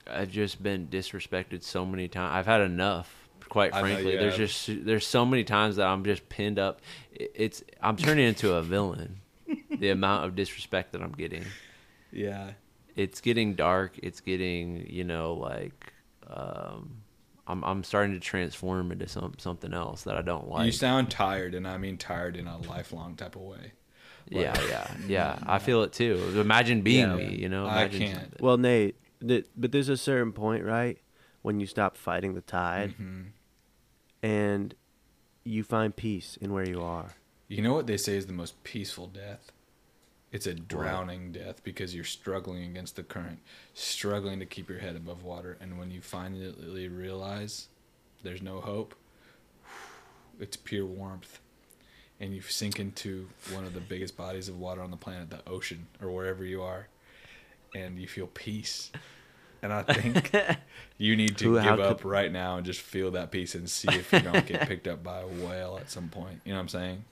I've just been disrespected so many times. I've had enough. Quite I know frankly, you there's have. just there's so many times that I'm just pinned up. It- It's I'm turning into a villain. the amount of disrespect that I'm getting. Yeah. it's getting dark. It's getting you know like um, I'm I'm starting to transform into some something else that I don't like. you sound tired, and I mean tired in a lifelong type of way. yeah, yeah, yeah. I feel it too. Imagine being me. You know, I imagine can't. something. Well, Nate, th- but there's a certain point, right, when you stop fighting the tide, Mm-hmm. and you find peace in where you are. You know what they say is the most peaceful death? It's a drowning death because you're struggling against the current, struggling to keep your head above water. And when you finally realize there's no hope, it's pure warmth. And you sink into one of the biggest bodies of water on the planet, the ocean, or wherever you are, and you feel peace. And I think you need to Who- how give could- up right now and just feel that peace and see if you don't get picked up by a whale at some point. You know what I'm saying?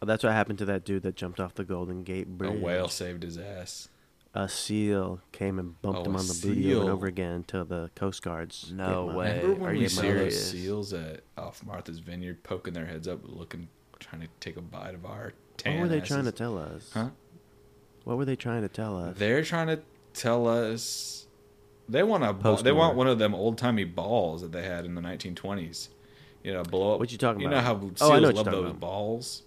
Oh, That's what happened to that dude that jumped off the Golden Oh, Gate Bridge. A Oh, whale saved his ass. A seal came and bumped Oh, him a on the booty over and seal. over again until the Coast Guards. No gave him up. way. Hey, Remember when are we you saw serious? those seals at off Martha's Vineyard poking their heads up, looking, trying to take a bite of our tan? What were they asses? trying to tell us? Huh? What were they trying to tell us? They're trying to tell us they want a ball, Post-war. they want one of them old timey balls that they had in the 1920s. You know, blow up. What you talking You know about? how seals Oh, I know what you're love talking those about. balls.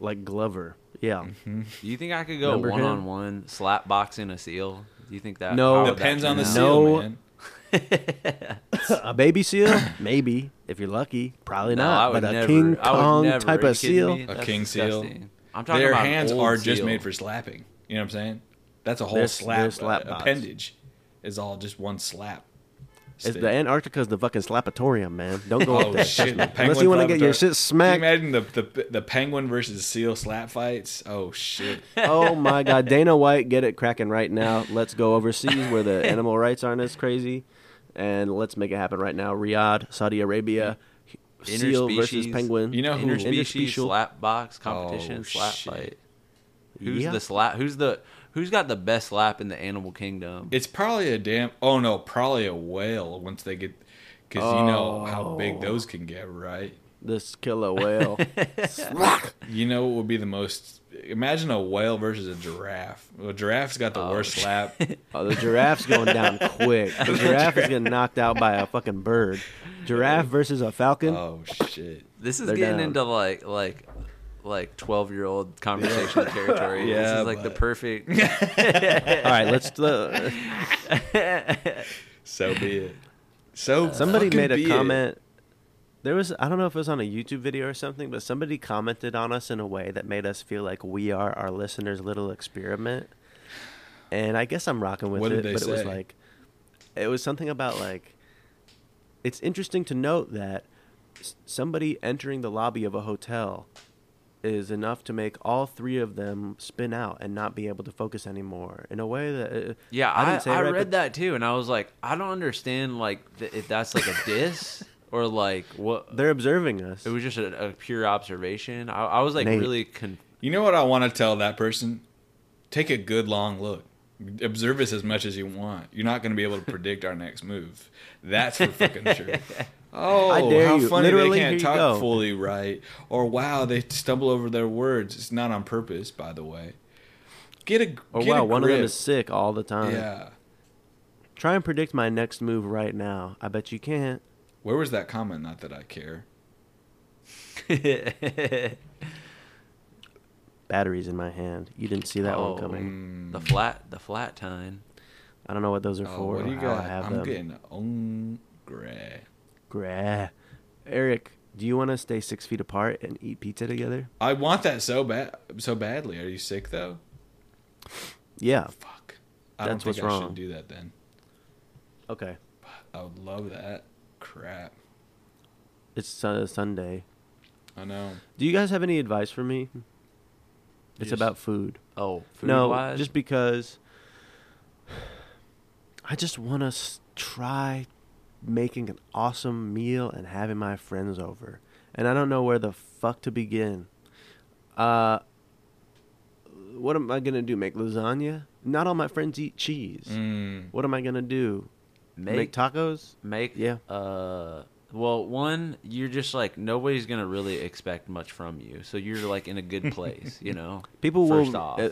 Like Glover. Yeah. Do you think I could go Remember him? one on one slap boxing a seal? Do you think that? No. how would that Depends on the turn No. out? seal, No. man. a baby seal? Maybe. If you're lucky. Probably No, I not. would But a never- King I would Kong never. type Are you of kidding seal? me? A That's king seal? disgusting. I'm talking Their about an hands old are just seal. made for slapping. You know what I'm saying? That's a whole They're- slap, they're slap uh, bots. appendage. Is all just one slap. It's stick. the Antarctica's the fucking slapatorium, man. Don't go up Oh there. shit! the Unless penguin you want to get your flabbergasted. shit Can smacked. you imagine the, the the penguin versus seal slap fights? Oh shit! oh my god, Dana White, get it cracking right now. Let's go overseas where the animal rights aren't as crazy, and let's make it happen right now. Riyadh, Saudi Arabia, seal versus Interspecies. penguin. You know who- interspecies Interspecial. slap box competition Oh, slap shit. fight. Who's Yeah. the slap? Who's the who's got the best slap in the animal kingdom? It's probably a damn. Oh no, probably a whale. Once they get, because you know how Oh. big those can get, right? this killer whale. You know what would be the most? Imagine a whale versus a giraffe. A giraffe's got the worst slap. Oh, the giraffe's going down quick. The giraffe is getting knocked out by a fucking bird. Giraffe versus a falcon. Oh shit! this is they're getting down. into like like like twelve year old conversation territory. this Yeah, is like the but- perfect. All right, let's. Uh, So be it. So Somebody fucking made be a it. comment. There was I don't know if it was on a YouTube video or something, but somebody commented on us in a way that made us feel like we are our listeners' little experiment. And I guess I'm rocking with What it, did they but it was say? like it was something about like it's interesting to note that s- somebody entering the lobby of a hotel is enough to make all three of them spin out and not be able to focus anymore in a way that uh, Yeah, I, didn't say it I, right, read but- that too, and I was like, I don't understand like th- if that's like a diss or like what. they're observing us. It was just a, a pure observation. I, I was like Nate. really con- You know what I want to tell that person? Take a good long look. Observe us as much as you want. You're not going to be able to predict our next move. That's for fucking sure. Oh, I dare how you. funny they Literally, here can't you talk go. fully right. Or wow, they stumble over their words. It's not on purpose, by the way. Get a Or get wow, a one of them grip. is sick all the time. yeah. Try and predict my next move right now. I bet you can't. Where was that comment? Not that I care. the Batteries in my hand. You didn't see that one Oh. coming. flat the flat time. I don't know what those are Oh, for. what do you or how I got? have I'm them. getting on gray. Grah. Eric, Do you want to stay six feet apart and eat pizza together? I want that so bad, so badly. Are you sick though? Yeah. Fuck. I That's don't what's think I wrong. should do that then. Okay. I would love that. Crap. It's uh, Sunday. I know. Do you guys have any advice for me? It's Yes. about food. Oh, food no, wise? just because I just want to try making an awesome meal and having my friends over, and I don't know where the fuck to begin. Uh, what am I gonna do? Make lasagna? Not all my friends eat cheese. Mm. What am I gonna do? Make, make tacos? make Yeah. uh well one you're just like nobody's gonna really expect much from you so you're like in a good place you know People first will. off uh,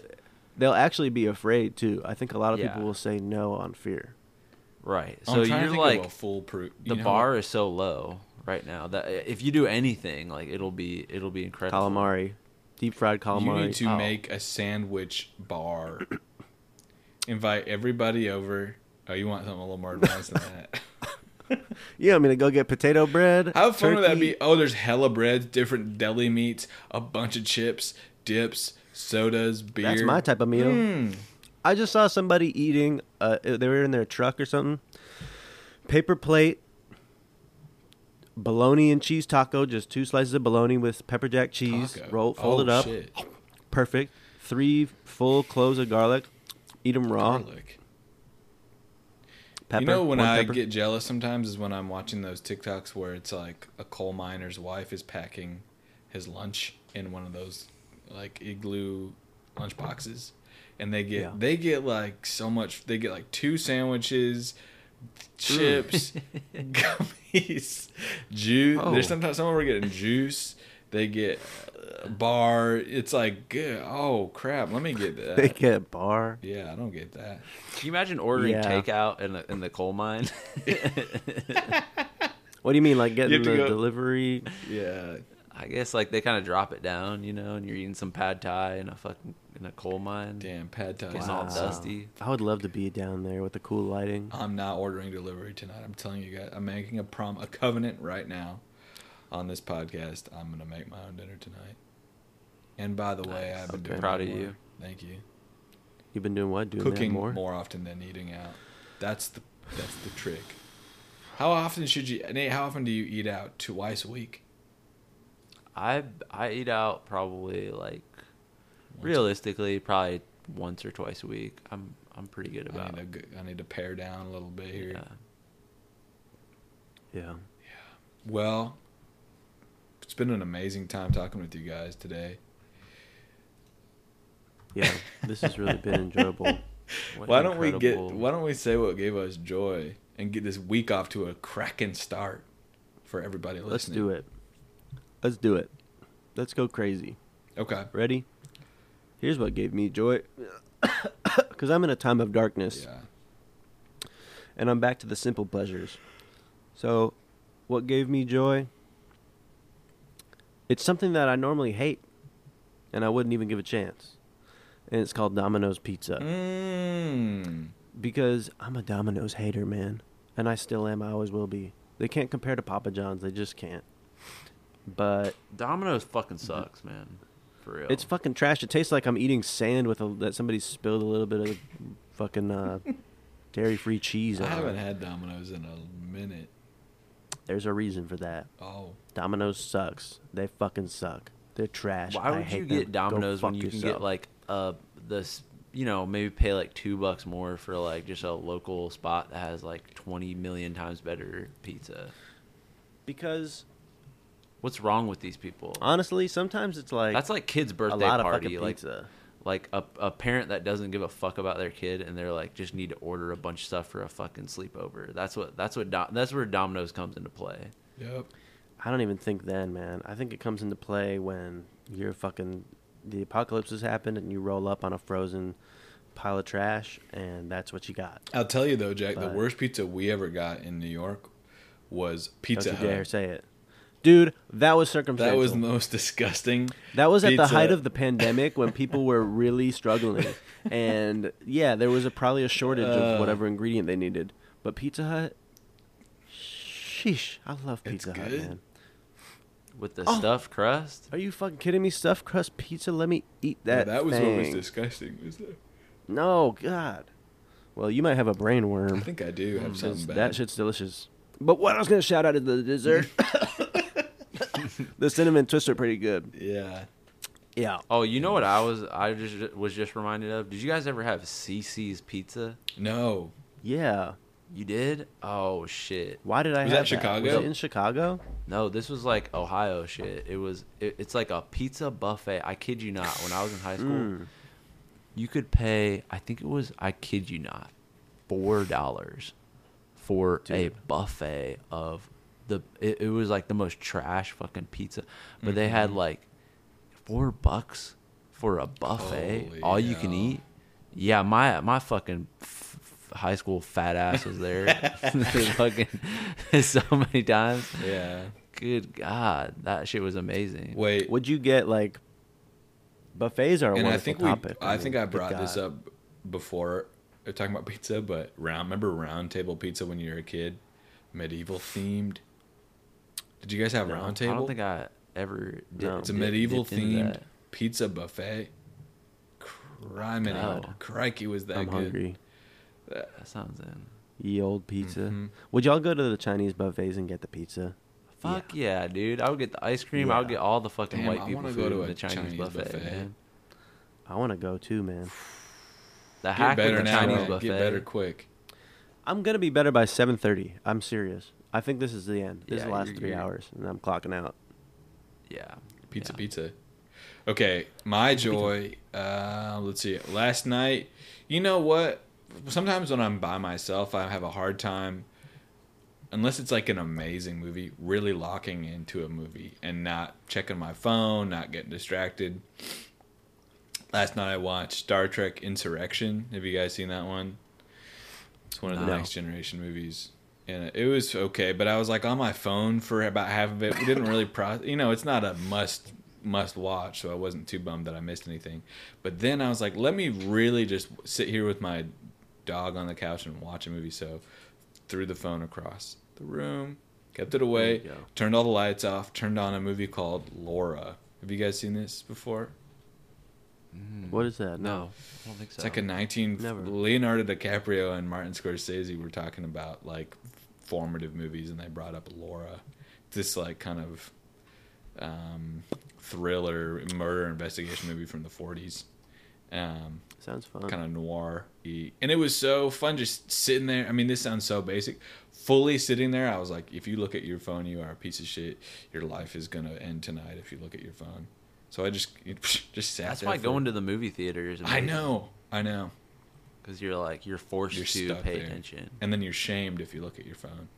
they'll actually be afraid too. I think a lot of Yeah. people will say no on fear. right I'm trying so to you're think like of a foolproof. you the know bar what? is so low right now that uh, if you do anything like it'll be it'll be incredible Calamari, deep fried You calamari. need to Oh. make a sandwich bar. Invite everybody over. Oh, you want something a little more advanced than that? Yeah, I'm gonna go get potato bread. How fun would that turkey. be? Oh, there's hella breads, different deli meats, a bunch of chips, dips, sodas, beer. That's my type of meal. Hmm. I just saw somebody eating. Uh, they were in their truck or something. Paper plate, bologna and cheese taco. Just two slices of bologna with pepper jack cheese, Taco. roll folded Oh, up, shit. perfect. Three full cloves of garlic. Eat them raw. Garlic. Pepper. you know when one I pepper. get jealous sometimes is when I'm watching those TikToks where it's like a coal miner's wife is packing his lunch in one of those like igloo lunch boxes and they get Yeah. they get like so much they get like two sandwiches chips gummies juice Oh. there's sometimes some of them are getting juice they get a bar it's like good oh crap let me get that they get a bar. yeah i don't get that can you imagine ordering Yeah. takeout in the, in the coal mine What do you mean, like have getting to the go- delivery? yeah i guess like they kind of drop it down you know and you're eating some pad thai in a fucking in a coal mine damn pad thai It's sounds so all dusty I would love to be down there with the cool lighting. I'm not ordering delivery tonight. I'm telling you guys, I'm making a prom, a covenant right now on this podcast. I'm going to make my own dinner tonight. And by the way, I've been Okay. doing Proud that of more. you. Thank you. You've been doing what? Doing that Cooking more? more? often than eating out. That's the that's the trick. How often should you Nate, how often do you eat out? Twice a week? I I eat out probably like realistically probably once or twice a week. I'm I'm pretty good I about. need, to, g- I need to pare down a little bit here. yeah. Yeah. Well, it's been an amazing time talking with you guys today. Yeah, this has really been enjoyable. What Why don't we get? incredible- Why don't we say what gave us joy and get this week off to a cracking start for everybody listening? Let's do it. Let's do it. Let's go crazy. Okay. Ready? Here's what gave me joy. Because I'm in a time of darkness Yeah. and I'm back to the simple pleasures. So, what gave me joy? It's something that I normally hate and I wouldn't even give a chance. And it's called Domino's Pizza. Mm. because I'm a Domino's hater, man, and I still am. I always will be. They can't compare to Papa John's. They just can't. But Domino's fucking Mm-hmm. sucks, man. For real. it's fucking trash. It tastes like I'm eating sand with a, that somebody spilled a little bit of fucking uh, dairy-free cheese. I on haven't it. had Domino's in a minute. There's a reason for that. Oh, Domino's sucks. They fucking suck. They're trash. Why I would hate you them. get Go Domino's when fuck you can yourself. get like uh this you know maybe pay like two bucks more for like just a local spot that has like twenty million times better pizza? because What's wrong with these people? honestly, sometimes it's like That's like kids' a birthday lot of party. fucking like pizza. like a, a parent that doesn't give a fuck about their kid and they're like just need to order a bunch of stuff for a fucking sleepover that's what that's what Do- that's where domino's comes into play yep. I don't even think then, man. I think it comes into play when you're fucking the apocalypse has happened and you roll up on a frozen pile of trash and that's what you got. I'll tell you though, Jack. the But- worst pizza we ever got in New York was Pizza don't you dare Hut. say it. Dude, that was That circumstantial. was the most disgusting. That was at the pizza. height of the pandemic when people were really struggling. And yeah, there was a, probably a shortage Uh. of whatever ingredient they needed. But Pizza Hut, sheesh, I love It's Pizza Hut, good. man. with the Oh. stuffed crust. Are you fucking kidding me? Stuffed crust pizza? Let me eat Yeah, that. that was what was thing. disgusting. Was the, No, God. Well, you might have a brain worm. I think I do have something Since bad. That shit's delicious. But what I was gonna shout out is the dessert. the cinnamon twists are pretty good. yeah. Yeah. Oh, you know what I was I just was just reminded of? Did you guys ever have CC's pizza? No. Yeah. You did? Oh shit. Why did I Was have that Was Chicago? it in Chicago? No, this was like Ohio shit. It was it, it's like a pizza buffet. I kid you not. When I was in high school, Hmm. you could pay I think it was I kid you not, four dollars for a buffet of the it, it was like the most trash fucking pizza. But they had Mm-hmm. like four bucks for a buffet, Holy all you can hell. eat. Yeah, my my fucking f- f- high school fat ass was there fucking so many times. Yeah. Good God, that shit was amazing. Wait. Would you get like buffets are a and I wonderful think topic. we. I think mean, I good brought this God. up before uh, talking about pizza, but round. Remember round table pizza when you were a kid, medieval themed. Did you guys have No, round table? I don't think I ever did. No. it's a dip- medieval dipped into themed that. pizza buffet. Criminy, God. crikey, was that I'm good? hungry. That sounds in. Ye old pizza. Mm-hmm. Would y'all go to the Chinese buffets and get the pizza? Fuck yeah. dude! I would get the ice cream. I would Yeah. get all the fucking Damn, white I people wanna food go to in a the Chinese, Chinese buffet. buffet. Man. I want to go too, man. The Get hack better with the now. Chinese Nat. buffet. Get better quick. I'm gonna be better by 7:30. I'm serious. I think this is the end. This is Yeah, the last you're- 3 you're- hours and I'm clocking out. Yeah. Pizza, yeah. pizza. Okay, my joy. Uh, let's see. Last night, you know what? Sometimes when I'm by myself, I have a hard time, unless it's like an amazing movie, really locking into a movie and not checking my phone, not getting distracted. Last night I watched Star Trek Insurrection. Have you guys seen that one? It's one of the No. next generation movies. And it was okay, but I was like on my phone for about half of it. We didn't really pro you know, it's not a must must watch, so I wasn't too bummed that I missed anything. But then I was like, let me really just sit here with my dog on the couch and watch a movie, so threw the phone across the room, kept it away, There you go. turned all the lights off, turned on a movie called Laura. Have you guys seen this before? What is that? Mm. No, I don't think so. It's like a 19 Never. Leonardo DiCaprio and Martin Scorsese were talking about like formative movies and they brought up Laura. This like kind of um, thriller murder investigation movie from the 40s. Um, Sounds fun. kind of noir. And it was so fun just sitting there. I mean, this sounds so basic. Fully sitting there, I was like, if you look at your phone, you are a piece of shit. Your life is going to end tonight if you look at your phone. So I just just sat That's there. why going to the movie theater is. I know. I know. Because you're like you're forced You're to stuck pay there. attention. and then you're shamed if you look at your phone.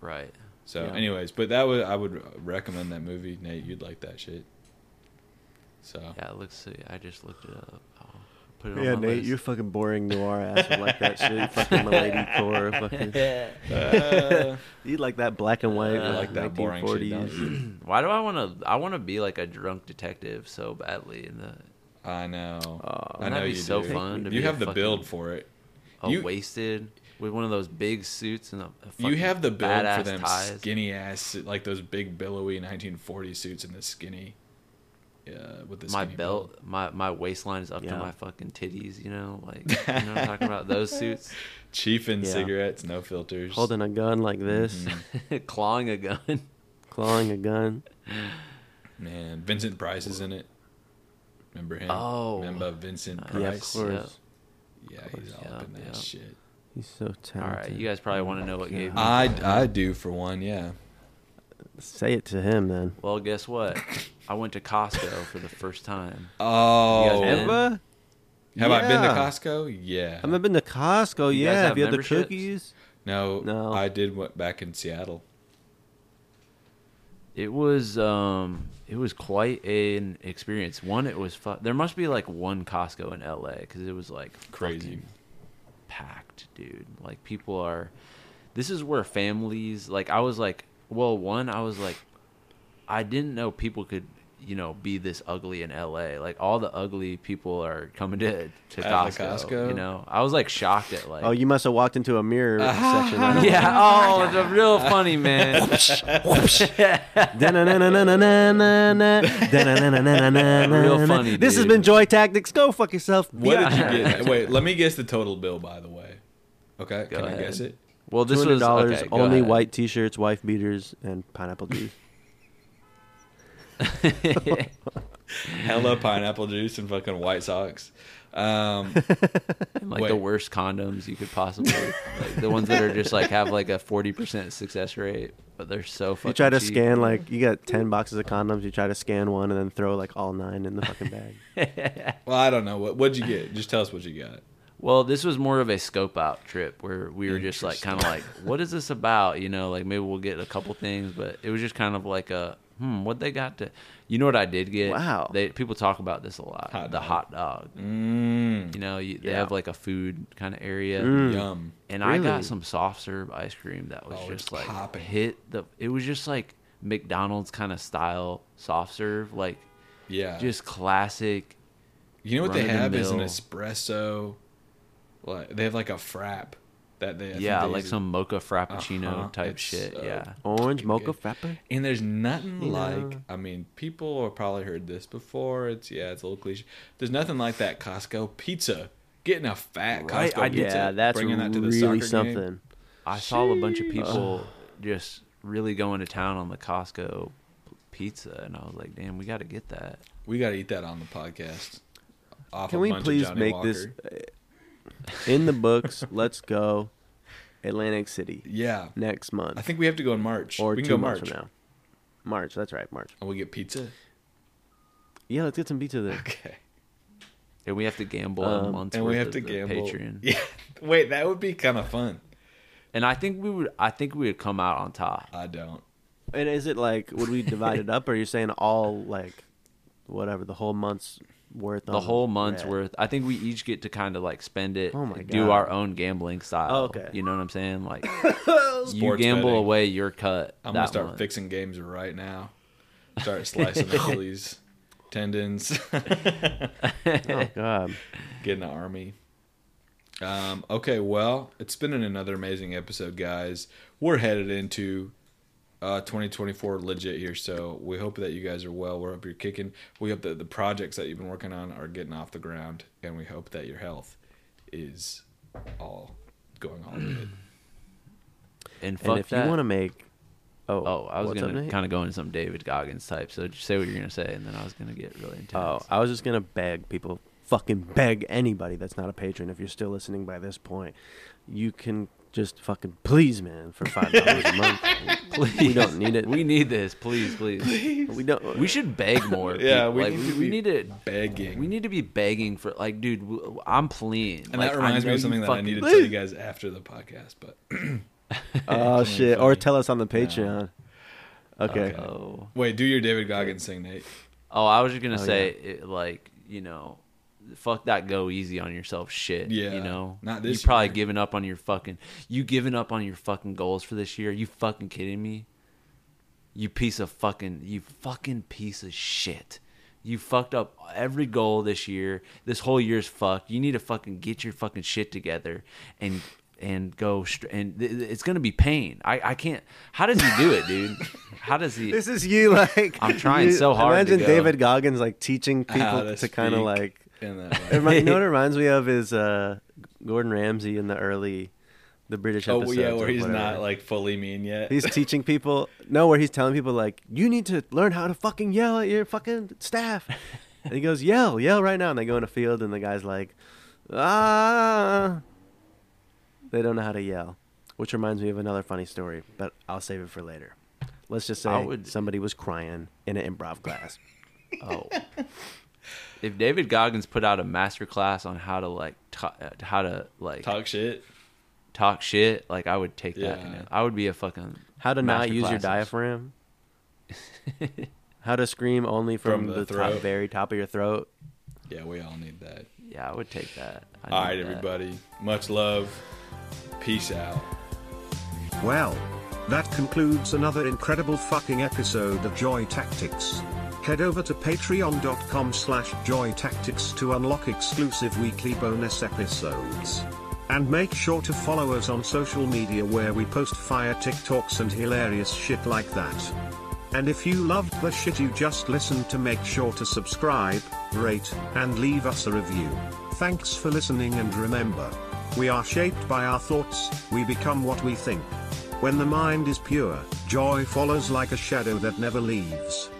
Right. So, Yeah. anyways, but that would I would recommend that movie, Nate. You'd like that shit. So Yeah. It looks. I just looked it up. I'll put it on my list. you're fucking boring noir ass would like that shit. You fucking Milady Core, fucking. uh, You like that black and white, I Uh, like that boring shit. don't 1940s. you? Why do I want to? I want to be like a drunk detective so badly. In the I know. Aw, I wouldn't that know be you so do. fun to you be a have the fucking- build for it. a You- wasted with one of those big suits and a, a You fucking have the build for badass them ties. skinny ass, like those big billowy 1940 suits and the skinny. Uh, with the my skinny belt, my my waistline is up to Yeah. my fucking titties. You know, like you know what I'm talking about. Those suits, chiefing Yeah. cigarettes, no filters. Holding a gun like this, Mm-hmm. clawing a gun. clawing a gun. Man, Vincent Price is in it. Remember him? Oh. remember Vincent Yeah, Price? Yeah, of course. Yeah, he's all yeah, up in that yeah. shit. He's so talented. All right, you guys probably Oh want to know what gave me. I, I do for one, yeah. Say it to him then. well, guess what? I went to Costco for the first time. Oh, You guys been? Ever? have I been to Yeah. Costco? Yeah. I haven't been to Costco. You guys yeah, have have you had the memberships? cookies? no, No. I did what back in Seattle. It was um, it was quite an experience. One, it was fu- there must be like one Costco in LA because it was like Crazy. fucking packed, dude. Like people are. This is where families like I was like, well, one I was like, I didn't know people could you know, be this ugly in LA. Like all the ugly people are coming to to Out of Costco, the Costco? You know, I was like shocked at like. Oh, you must have walked into a mirror section. I don't- yeah. Oh, it's a real funny man. Da-na-na-na-na-na-na-na. Da-na-na-na-na-na-na-na. Real funny, This has dude. been Joy Tactics. Go fuck yourself. What Yeah. did you get? Wait, let me guess the total bill. By the way, okay, can ahead. I guess it? Well, this $200, was okay, go only ahead. white t-shirts, wife beaters, and pineapple juice. Hella pineapple juice and fucking white socks. Um, And, like Wait. the worst condoms you could possibly, like the ones that are just like have like a forty percent success rate, but they're so fucking. You try to cheap. scan like you got ten boxes of condoms. You try to scan one and then throw like all nine in the fucking bag. well, I don't know what what'd you get. Just tell us what you got. Well, this was more of a scope out trip where we were just like kind of like, what is this about? You know, like maybe we'll get a couple things, but it was just kind of like a hmm, what they got to. You know what I did get? Wow. They people talk about this a lot. Hot the dog. hot dog. Mm, You know, you, they Yeah. Mm. have like a food kind of area. Yum. And I Really? got some soft serve ice cream that was Oh, it's just like popping. hit the. It was just like McDonald's kind of style soft serve, like Yeah. just classic. you know what they run-of-the-mill. have is an espresso. Like they have like a frap that they I think yeah, they like use- some mocha frappuccino Uh-huh, type it's shit. so yeah. Orange Fucking mocha good. frappe. And there's nothing You like know. I mean, people have probably heard this before. It's yeah, it's a little cliche. There's nothing like that Costco pizza. Getting a fat Right, Costco I did- pizza, Yeah, that's bringing that to the soccer really game. something. I saw a bunch of people just really going to town on the Costco p- pizza, and I was like, "Damn, we got to get that." We got to eat that on the podcast. Off Can a we bunch of please Johnny make Walker. this uh, in the books? Let's go, Atlantic City Yeah, next month I think we have to go in March. or we can two go months March, from now. March. That's right, March. and we get pizza. Yeah, let's get some pizza there. Okay, And we have to gamble a Um, month's and we worth have of to the gamble. Patreon. Yeah, wait, that would be kind of fun. And I think we would. I think we would come out on top. I don't. And is it like would we divide it up, or are you saying all like whatever the whole month's worth? The on whole month's red? worth. I think we each get to kind of like spend it. Um, Oh my Do God. our own gambling style. Oh, okay. You know what I'm saying? Like you Sports gamble betting. away your cut. I'm that gonna start month. fixing games right now. Start slicing Achilles tendons. Oh god. Get in the army. Um, okay, well, it's been an- another amazing episode, guys. We're headed into uh, 2024 legit here, so we hope that you guys are well. We hope you're kicking. We hope that the projects that you've been working on are getting off the ground, and we hope that your health is all going all good. And fuck And if that. you want to make, oh, Oh, I was what's up, gonna Nate? kind of go into some David Goggins type. So just say what you're gonna say, and then I was gonna get really intense. Oh, I was just gonna beg people, fucking beg anybody that's not a patron. If you're still listening by this point, you can just fucking please, man, for five dollars a month. please. We don't need it. We need this, please, please. We don't. We should beg more. Yeah, people. we Like, need we, to we be need to Begging. We need to be begging for like, dude. w- I'm pleading. and Like, that I reminds me know of you something that I fucking- need to tell you guys after the podcast, but oh shit! funny. Or tell us on the Patreon. Okay. Okay. Oh, wait, do your David Goggins thing, Nate. oh, I was just gonna Oh, say, it, like, you know, fuck that. Go easy on yourself, shit. Yeah, you know, not this You probably year. giving up on your fucking. You giving up on your fucking goals for this year? you fucking kidding me? You piece of fucking. You fucking piece of shit. You fucked up every goal this year. This whole year's fucked. You need to fucking get your fucking shit together and and go str- and th- th- it's gonna be pain. I I can't. How does he do it, dude? How does he? This is you, like I'm trying you- so hard to Imagine go. David Goggins like teaching How people to kind of speak like. in that It way. remi- you know what it reminds me of is uh, Gordon Ramsay in the early, the British Oh episodes. yeah, where or he's whatever. not like fully mean yet. He's teaching people. No, where he's telling people like, you need to learn how to fucking yell at your fucking staff. And he goes, yell, yell right now. And they go in a field, and the guy's like, ah. They don't know how to yell, which reminds me of another funny story, but I'll save it for later. Let's just I say would- somebody was crying in an improv class. Oh. if David Goggins put out a master class on how to like ta- uh, how to like talk, talk shit. shit, like I would take that. Yeah. and I would be a fucking How to not master use your classes. diaphragm. how to scream only from, From the the, top, throat. very top of your throat. Yeah, we all need that. Yeah, I would take that. I All need right, that. everybody. Much love. Peace out. Well, that concludes another incredible fucking episode of Joy Tactics. Head over to patreon.com slash joytactics to unlock exclusive weekly bonus episodes. And make sure to follow us on social media where we post fire TikToks and hilarious shit like that. And if you loved the shit you just listened to, make sure to subscribe, rate, and leave us a review. Thanks for listening, and remember, we are shaped by our thoughts, we become what we think. When the mind is pure, joy follows like a shadow that never leaves.